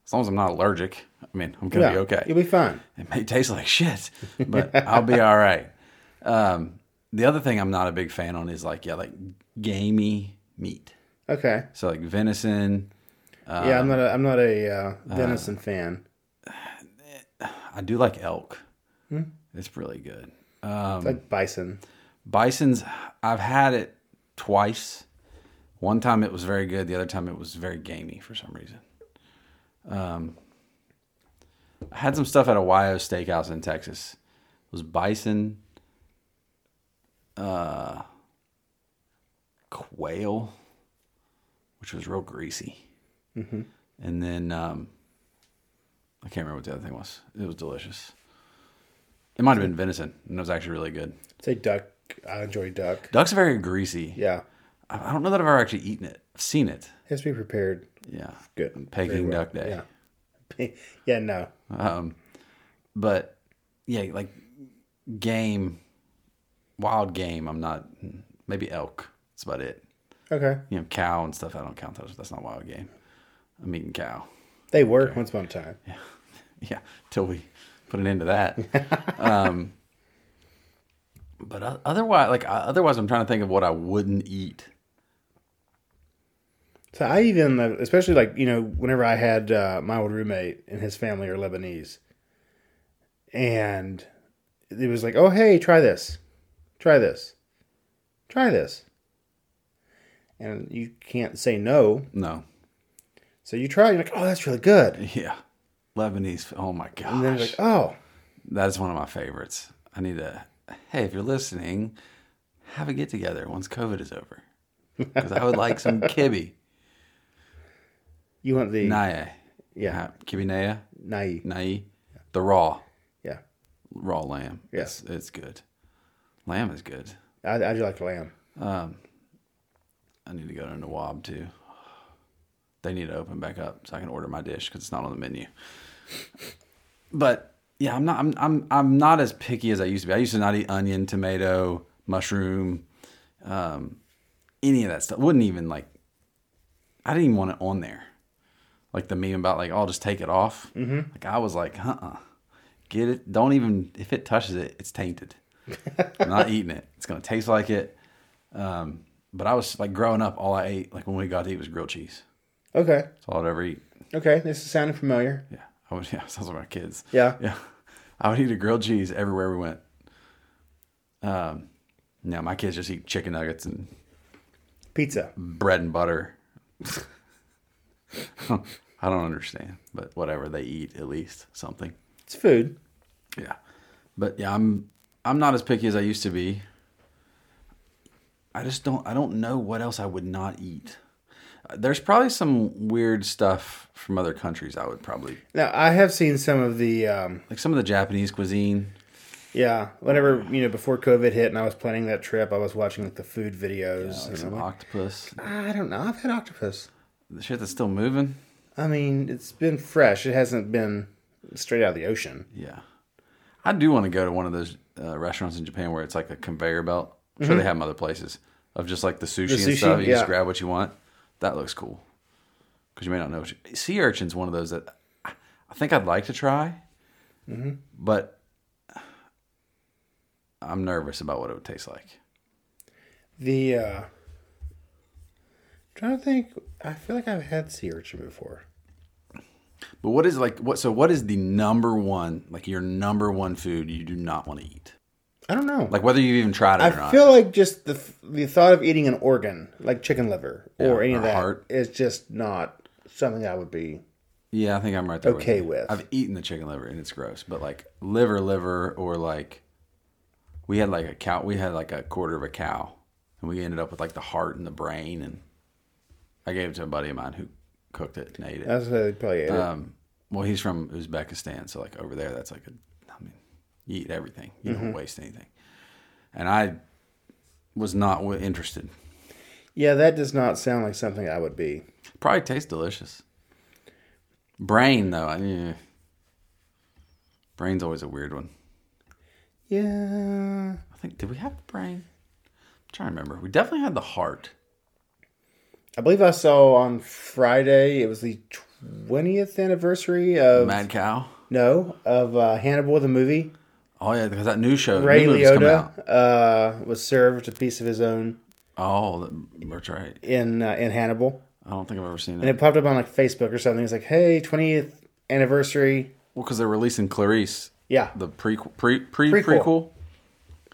C: As long as I'm not allergic, I mean, I'm going to be okay.
B: You'll be fine.
C: It may taste like shit, but I'll be all right. Um, the other thing I'm not a big fan on is like yeah, like gamey meat.
B: Okay.
C: So like venison.
B: yeah,
C: Um,
B: I'm not. A, I'm not a uh, venison fan.
C: I do like elk. It's really good. um,
B: It's like bison.
C: Bison's. I've had it twice. One time it was very good. The other time it was very gamey for some reason. Um, I had some stuff at a YO steakhouse in Texas. It was bison, uh, quail, which was real greasy, and then um, I can't remember what the other thing was. It was delicious. It might have been venison, and it was actually really good.
B: Say duck. I enjoy duck.
C: Duck's very greasy.
B: Yeah,
C: I I don't know that I've ever actually eaten it. I've seen it.
B: it has to be prepared.
C: Yeah.
B: Good.
C: Peking
B: Very well.
C: duck day. Um,
B: Yeah. yeah. No.
C: But yeah, like game, wild game. I'm not. Maybe elk. That's about it.
B: Okay.
C: You know, cow and stuff. I don't count those. That's not wild game. I'm eating cow.
B: They were once upon a time.
C: Yeah, till we put an end to that. um, but o- otherwise, like uh, otherwise, I'm trying to think of what I wouldn't eat.
B: So I even, uh, especially like you know, whenever I had uh, my old roommate and his family are Lebanese, and it was like, oh hey, try this, try this, try this, and you can't say no.
C: No.
B: So you try. You're like, oh, that's really good.
C: Yeah. Lebanese. Oh my gosh.
B: And then it's like, oh,
C: That's one of my favorites. I need to. Hey, if you're listening, have a get together once COVID is over, because I would like some kibby
B: you want the
C: naye.
B: Yeah.
C: Uh, kibby naye,
B: nai.
C: naye, the raw,
B: Yeah,
C: raw lamb.
B: Yeah.
C: It's, it's good. Lamb is good.
B: I, I do like lamb.
C: I need to go to Nawab too. They need to open back up so I can order my dish because it's not on the menu. But yeah, I'm not. I'm, I'm I'm not as picky as I used to be. I used to not eat onion, tomato, mushroom, um, any of that stuff. Wouldn't even like. I didn't even want it on there. Like the meme about like, oh, just take it off. Mm-hmm. Like I was like, uh, uh get it. Don't even if it touches it, it's tainted. I'm not eating it. It's gonna taste like it. Um, but I was like growing up, all I ate, like when we got to eat, was grilled cheese.
B: Okay,
C: That's all I'd ever eat.
B: okay, this is sounding familiar.
C: Yeah, I would. Yeah, sounds like my kids.
B: Yeah.
C: yeah. I would eat a grilled cheese everywhere we went. Um, now my kids just eat chicken nuggets and
B: Pizza.
C: bread and butter. I don't understand, but whatever they eat, at least something.
B: It's food.
C: Yeah, but yeah, I'm I'm not as picky as I used to be. I just don't I don't know what else I would not eat. Uh, There's probably some weird stuff from other countries. I would probably
B: Now I have seen some of the um,
C: like some of the Japanese cuisine.
B: yeah. Whenever you know before COVID hit and I was planning that trip, I was watching like the food videos.
C: Like
B: and
C: some
B: I'm like,
C: octopus,
B: I don't know. I've had octopus.
C: the shit that's still moving.
B: I mean, it's been fresh. It hasn't been straight out of the ocean.
C: Yeah, I do want to go to one of those uh, restaurants in Japan where it's like a conveyor belt. I'm sure they have 'em other places of just like the sushi,
B: Mm-hmm. sushi,
C: and stuff. You
B: yeah.
C: just grab what you want. That looks cool because you may not know. What you, sea urchin's one of those that I I think I'd like to try,
B: Mm-hmm.
C: but I'm nervous about what it would taste like.
B: The uh, trying to think. I feel like I've had sea urchin before.
C: But what is like what? So what is the number one like your number one food you do not want to eat?
B: I don't know.
C: Like whether you've even tried it or
B: I
C: not.
B: feel like just the the thought of eating an organ like chicken liver or
C: Yeah,
B: any of
C: or
B: that is
C: heart.
B: just not something I would be.
C: Yeah, I think I'm right there.
B: Okay
C: you.
B: with.
C: I've eaten the chicken liver and it's gross, but like liver, liver, or like we had like a cow. We had like a quarter of a cow, and we ended up with like the heart and the brain, and I gave it to a buddy of mine who cooked it and ate it.
B: That's what they probably ate. it.
C: Um, well, he's from Uzbekistan, so like over there, that's like a. I mean, you eat everything. You don't waste anything. And I was not wi- interested.
B: yeah, that does not sound like something I would be.
C: Probably tastes delicious. Brain though, I, yeah. brain's always a weird one.
B: Yeah.
C: I think did we have the brain? I'm trying to remember. We definitely had the heart.
B: I believe I saw on Friday, it was the 20th anniversary of,
C: Mad cow.
B: no, of uh, Hannibal, the movie.
C: Oh yeah, because that new show,
B: Ray
C: new movie's coming out.
B: Liotta uh, was served a piece of his own
C: Oh, that, that's right.
B: in uh, in Hannibal,
C: I don't think I've ever seen
B: and
C: that.
B: it popped up on like Facebook or something. It's like, hey, 20th anniversary.
C: Well, because they're releasing Clarice,
B: Yeah,
C: the prequel, pre pre
B: Prequel.
C: prequel.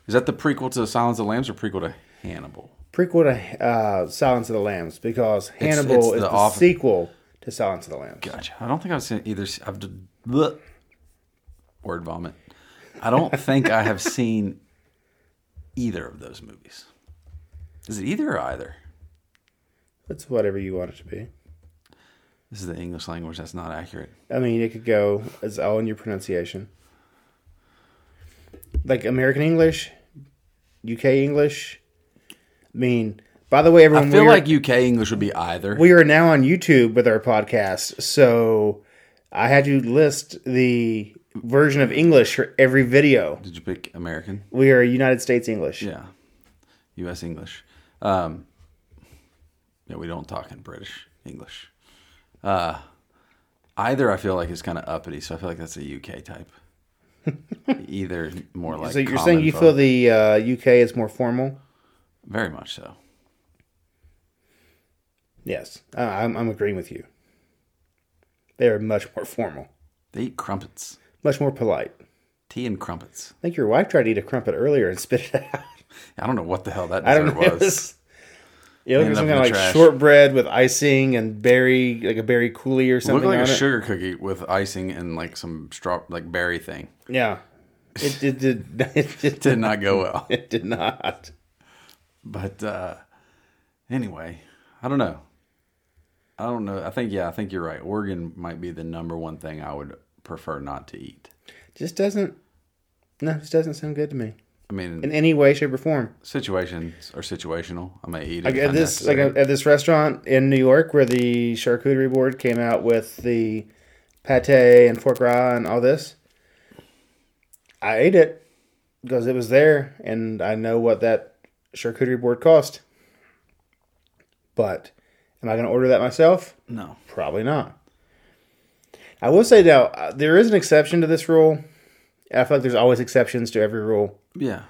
C: Is that the prequel to Silence of the Lambs or prequel to Hannibal?
B: prequel to uh, Silence of the Lambs because Hannibal
C: it's
B: is
C: the
B: the,
C: off-
B: sequel to Silence of the Lambs.
C: Gotcha. I don't think I've seen either. I've d- bleh. word vomit. I don't think I have seen either of those movies. Is it either or either?
B: It's whatever you want it to be.
C: This is the English language. That's not accurate.
B: I mean, it could go. It's all in your pronunciation. Like American English, UK English. I mean, by the way, everyone,
C: I feel
B: we are,
C: like UK English would be either.
B: we are now on YouTube with our podcast, so I had you list the version of English for every video.
C: Did you pick American?
B: We are United States English.
C: Yeah, U.S. English. Um, yeah, we don't talk in British English. Uh, either I feel like is kind of uppity, so I feel like that's a UK type. either more like
B: so you're
C: common
B: saying you
C: folk.
B: feel the uh, UK is more formal?
C: Very much so.
B: Yes, I- I'm, I'm agreeing with you. They are much more formal,
C: They eat crumpets,
B: much more polite.
C: tea and crumpets.
B: I think your wife tried to eat a crumpet earlier and spit it out.
C: I don't know what the hell that
B: I don't
C: dessert
B: know. It
C: was.
B: was, it
C: Ended up
B: looked like
C: in
B: some kind of
C: the
B: like
C: trash.
B: shortbread with icing and berry, like a berry coulis or
C: Looked
B: something.
C: like a
B: on it.
C: sugar cookie with icing and like some straw, like berry thing.
B: Yeah, it, it did. It did,
C: Did not go well.
B: it did not.
C: But uh, anyway, I don't know. I don't know. I think yeah, I think you're right. Oregon might be the number one thing I would prefer not to eat.
B: Just doesn't. No, just doesn't sound good to me
C: I mean,
B: in any way, shape, or form.
C: situations are situational. I may eat it.
B: Like
C: if
B: at this, like
C: unnecessary.
B: at at this restaurant in New York, where the charcuterie board came out with the pate and foie gras and all this, I ate it because it was there, and I know what that charcuterie board cost. But am I going to order that myself?
C: no.
B: Probably not. I will say though, uh, there is an exception to this rule. I feel like there's always exceptions to every rule.
C: Yeah.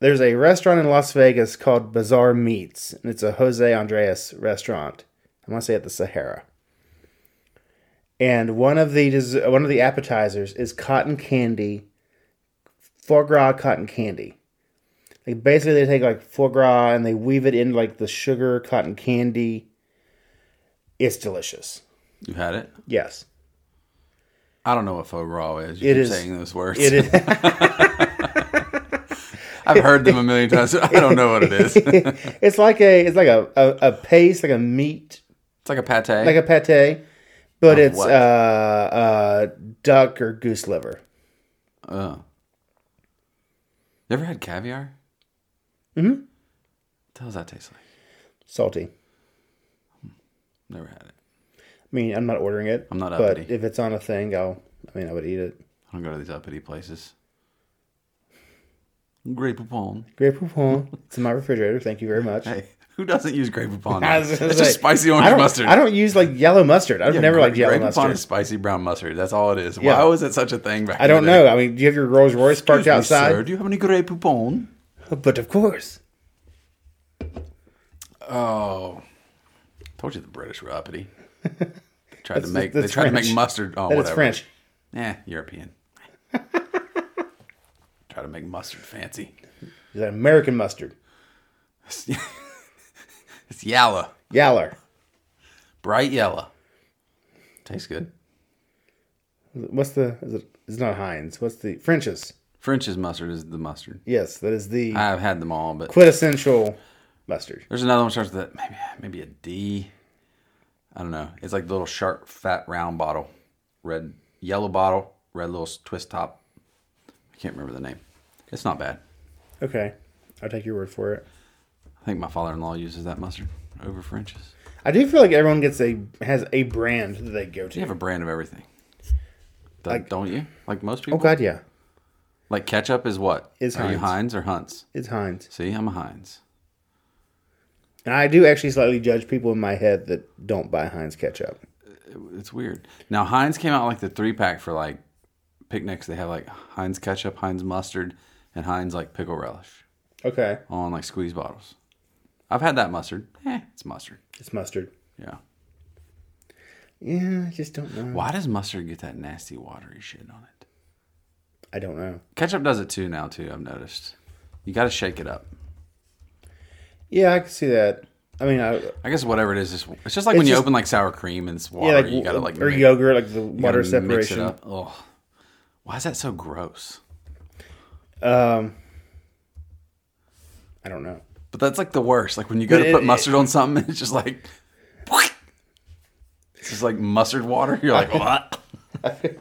B: There's a restaurant in Las Vegas called Bazaar Meats, and it's a Jose Andreas restaurant. I want to say at the Sahara. And one of the des- one of the appetizers is cotton candy, foie gras cotton candy. Like basically, they take like foie gras and they weave it in like the sugar cotton candy. It's delicious.
C: You had it.
B: Yes,
C: I don't know what foie gras is. You
B: It
C: keep
B: is-
C: saying those words.
B: it is.
C: I've heard them a million times. I don't know what it is. It's
B: it's like a it's like a, a, a paste, like a meat
C: like a pate.
B: like a pate, but it's
C: what?
B: uh, uh, duck or goose liver.
C: Oh. You ever had caviar? Mm-hmm.
B: Mm-hmm.
C: What the hell does that taste like?
B: Salty. I
C: Never had it.
B: mean, I'm not ordering it.
C: I'm not
B: But
C: uppity.
B: if it's on a thing, I'll. I mean, I would eat it.
C: I don't go to these uppity places. Grape Poupon.
B: Grape poupon. it's in my refrigerator. Thank you very much.
C: Hey, who doesn't use grape Poupon?
B: I was
C: It's
B: gonna
C: just
B: say,
C: spicy
B: I
C: orange
B: don't,
C: mustard.
B: I don't use like yellow mustard. I've
C: Yeah,
B: never
C: gra-
B: liked yellow
C: grape Poupon
B: mustard.
C: is spicy brown mustard. That's all it is.
B: Yeah.
C: Why was it such a thing back
B: I don't
C: in the
B: know.
C: day?
B: I mean, do you have your Rolls Royce parked
C: Excuse me,
B: outside?
C: sir, do you have any grape Poupon?
B: But of course.
C: Oh. Told you the British were uppity. They tried to
B: That's-
C: make
B: that's
C: they tried to
B: French.
C: make mustard. Oh,
B: That
C: whatever.
B: it's French.
C: Eh, European. Try to make mustard fancy.
B: Is that American mustard?
C: it's yellow,
B: Yaller.
C: bright yellow. Tastes good.
B: What's the? Is it, it's not Heinz. What's the French's?
C: French's mustard is the mustard.
B: Yes, that is the
C: I've had them all, but
B: quintessential mustard.
C: there's another one starts with a- maybe maybe a D. I don't know. It's like the little sharp, fat, round bottle, red, yellow bottle, red little s- twist top. I can't remember the name. It's not bad.
B: Okay, I'll take your word for it.
C: I think my father-in-law uses that mustard over French's.
B: I do feel like everyone gets a has a brand that they go
C: You
B: to.
C: have a brand of everything, That-
B: Like-
C: don't you? Like most
B: Oh
C: people.
B: God, yeah,
C: Like ketchup is what?
B: Is
C: Are you
B: Heinz.
C: Heinz or Hunts?
B: it's Heinz.
C: See, I'm a Heinz.
B: And I do actually slightly judge people in my head that don't buy Heinz ketchup.
C: It's weird. Now Heinz came out like the three pack for like picnics. They have like Heinz ketchup, Heinz mustard, and Heinz like pickle relish
B: Okay,
C: on like squeeze bottles. I've had that mustard. Eh, it's mustard.
B: it's mustard.
C: Yeah.
B: Yeah, I just don't know.
C: Why does mustard get that nasty watery shit on it?
B: I don't know.
C: Ketchup does it too now too. I've noticed. You got to shake it up.
B: Yeah, I can see that. I mean, I,
C: I guess whatever it is, it's, it's just like when
B: It's
C: you
B: just-
C: open like sour cream and it's water.
B: yeah, like,
C: you gotta like
B: or
C: mix-
B: yogurt, like the
C: you gotta
B: water
C: mix it
B: separation.
C: up. Ugh. Why is that so gross?
B: Um, I don't know.
C: But that's like the worst. Like when you go
B: But
C: to
B: it-
C: put
B: it-
C: mustard on something, it's just like, it's just like mustard water. You're like, what?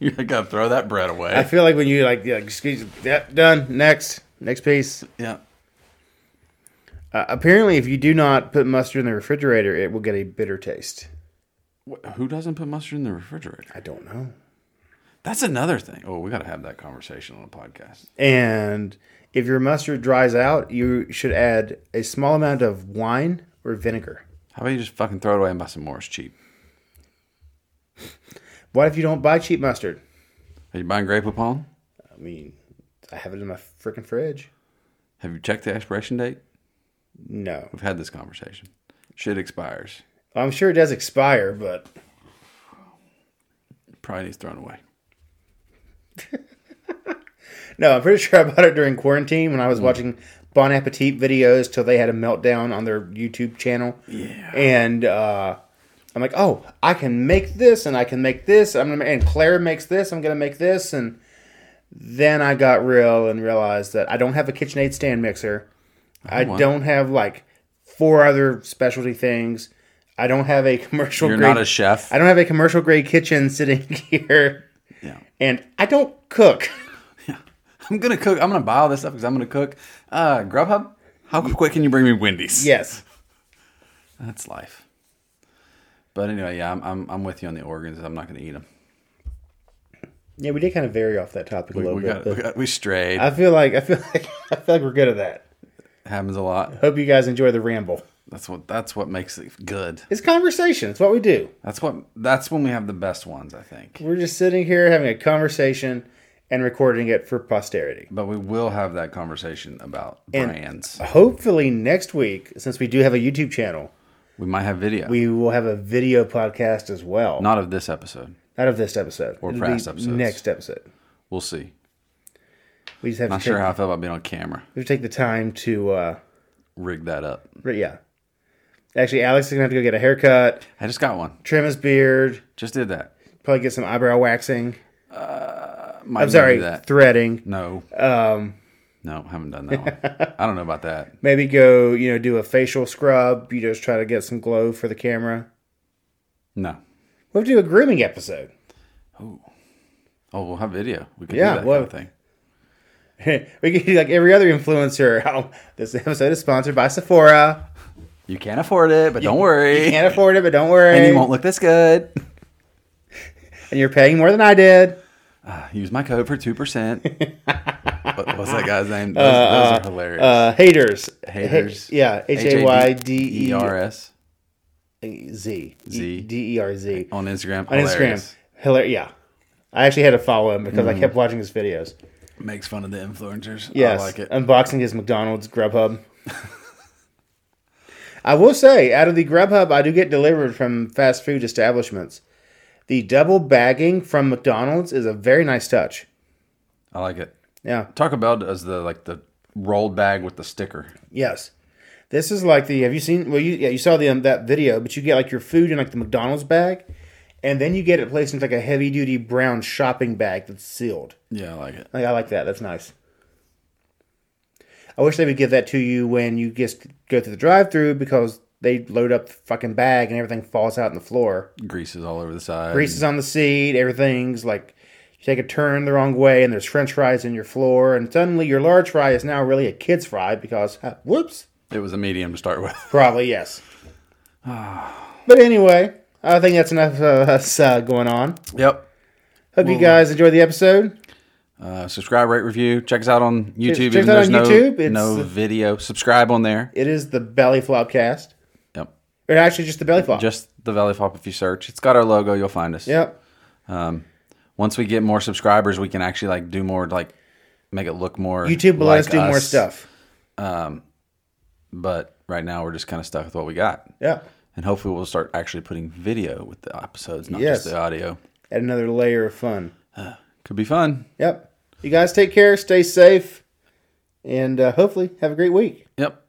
C: you like gotta throw that bread
B: I
C: away.
B: feel like when you like, yeah, excuse that done. Next, next piece.
C: Yeah.
B: Uh, apparently, if you do not put mustard in the refrigerator, it will get a bitter taste.
C: Wh- Who doesn't put mustard in the refrigerator?
B: I don't know.
C: That's another thing. Oh, we gotta have that conversation on a podcast.
B: And if your mustard dries out, you should add a small amount of wine or vinegar.
C: How about you just fucking throw it away and buy some more? It's cheap.
B: What if you don't buy cheap mustard?
C: Are you buying grape upon?
B: I mean, I have it in my freaking fridge.
C: Have you checked the expiration date?
B: No,
C: We've had this conversation. Shit expires.
B: I'm sure it does expire, but
C: Probably needs thrown away.
B: No, I'm pretty sure I bought it during quarantine when I
C: Hmm.
B: was watching Bon Appetit videos till they had a meltdown on their YouTube channel.
C: Yeah.
B: And uh, I'm like, oh, I can make this and I can make this. I'm gonna, and Claire makes this. I'm gonna make this. And then I got real and realized that I don't have a KitchenAid stand mixer. I
C: Oh, wow.
B: don't have like four other specialty things. I don't have a commercial.
C: You're
B: grade,
C: not a chef.
B: Oh, I don't have a commercial grade kitchen sitting here,
C: Yeah.
B: and I don't cook.
C: I'm gonna cook. I'm gonna buy all this stuff because I'm gonna cook. Uh, Grubhub, how quick can you bring me Wendy's?
B: yes.
C: that's life. But anyway, yeah, I'm I'm, I'm with you on the organs. I'm not gonna eat them.
B: Yeah, we did kind of vary off that topic a little
C: We
B: bit.
C: got,
B: but
C: we got we strayed.
B: I feel like I feel like I feel like we're good at that.
C: happens a lot.
B: Hope you guys enjoy the ramble.
C: That's what that's what makes it good.
B: It's conversation. It's what we do.
C: That's what that's when we have the best ones. I think.
B: We're just sitting here having a conversation and recording it for posterity.
C: But we will have that conversation about
B: And-
C: brands.
B: Hopefully next week, since we do have a YouTube channel,
C: We might have video,
B: we will have a video podcast as well.
C: not of this episode.
B: Not of this episode or
C: past episodes.
B: Next episode.
C: We'll see.
B: We just have
C: Not
B: to take,
C: sure how I feel about being on camera.
B: we have to take the time to. uh
C: Rig that up.
B: re- Yeah. Actually, Alex is gonna have to go get a haircut,
C: I just got one.
B: trim his beard,
C: Just did that.
B: probably get some eyebrow waxing.
C: Might
B: I'm sorry,
C: do that.
B: threading.
C: No. Um. No, haven't done that one. I don't know about that.
B: Maybe go, you know, do a facial scrub. You just try to get some glow for the camera.
C: No.
B: We'll do a grooming episode.
C: Oh, we'll have video. We can
B: Yeah,
C: do that
B: well-
C: kind of thing.
B: we could do like every other influencer. Oh, this episode is sponsored by Sephora.
C: You can't afford it, but don't worry.
B: Can't afford it, but don't worry.
C: and you won't look this good.
B: And you're paying more than I did.
C: Use my code for 2%. what, what's that guy's name? Those, those are hilarious.
B: Uh, haters.
C: Haters.
B: H- yeah. H A Y D E R
C: H-A-Y-D-E-R-S
B: E Z.
C: Z.
B: D E R Z.
C: on Instagram.
B: On Instagram. Hilarious. Yeah. I actually had to follow him because I kept watching his videos.
C: Makes fun of the influencers.
B: Yes.
C: I like it.
B: Unboxing his McDonald's Grubhub. I will say, out of the Grubhub, I do get delivered from fast food establishments. The double bagging from McDonald's is a very nice touch.
C: I like it.
B: Yeah.
C: Taco Bell does the like the rolled bag with the sticker.
B: Yes. This is like the have you seen well you yeah you saw the um, that video but you get like your food in like the McDonald's bag and then you get it placed into like a heavy duty brown shopping bag that's sealed.
C: Yeah, I like it.
B: Like I like that. That's nice. I wish they would give that to you when you just go through the drive through because they load up the fucking bag and everything falls out on the floor.
C: Grease is all over the side.
B: Grease is on the seat, everything's like you take a turn the wrong way and there's french fries in your floor and suddenly your large fry is now really a kid's fry because uh, whoops.
C: It was a medium to start with.
B: Probably yes. but anyway, I think that's enough of us uh, going on.
C: yep.
B: Hope you guys enjoyed the episode.
C: Uh, subscribe, rate, review. Check us out on YouTube. even
B: check us
C: though
B: out
C: there's
B: on
C: no,
B: YouTube. It's-
C: no video. Subscribe on there.
B: It is the belly flop cast.
C: Yep.
B: Or actually just the belly flop.
C: Just the Valley Flop. If you search, it's got our logo. You'll find us. Um,
B: yep.
C: Once we get more subscribers, we can actually like do more like make it look more
B: YouTube will let us
C: like
B: do more
C: us.
B: stuff.
C: But right now, we're just kind of stuck with what we got.
B: Yeah.
C: And hopefully, we'll start actually putting video with the episodes, not
B: Yes.
C: just the audio.
B: Add another layer of fun.
C: Could be fun.
B: Yep. You guys take care, stay safe, and uh, hopefully have a great week.
C: Yep.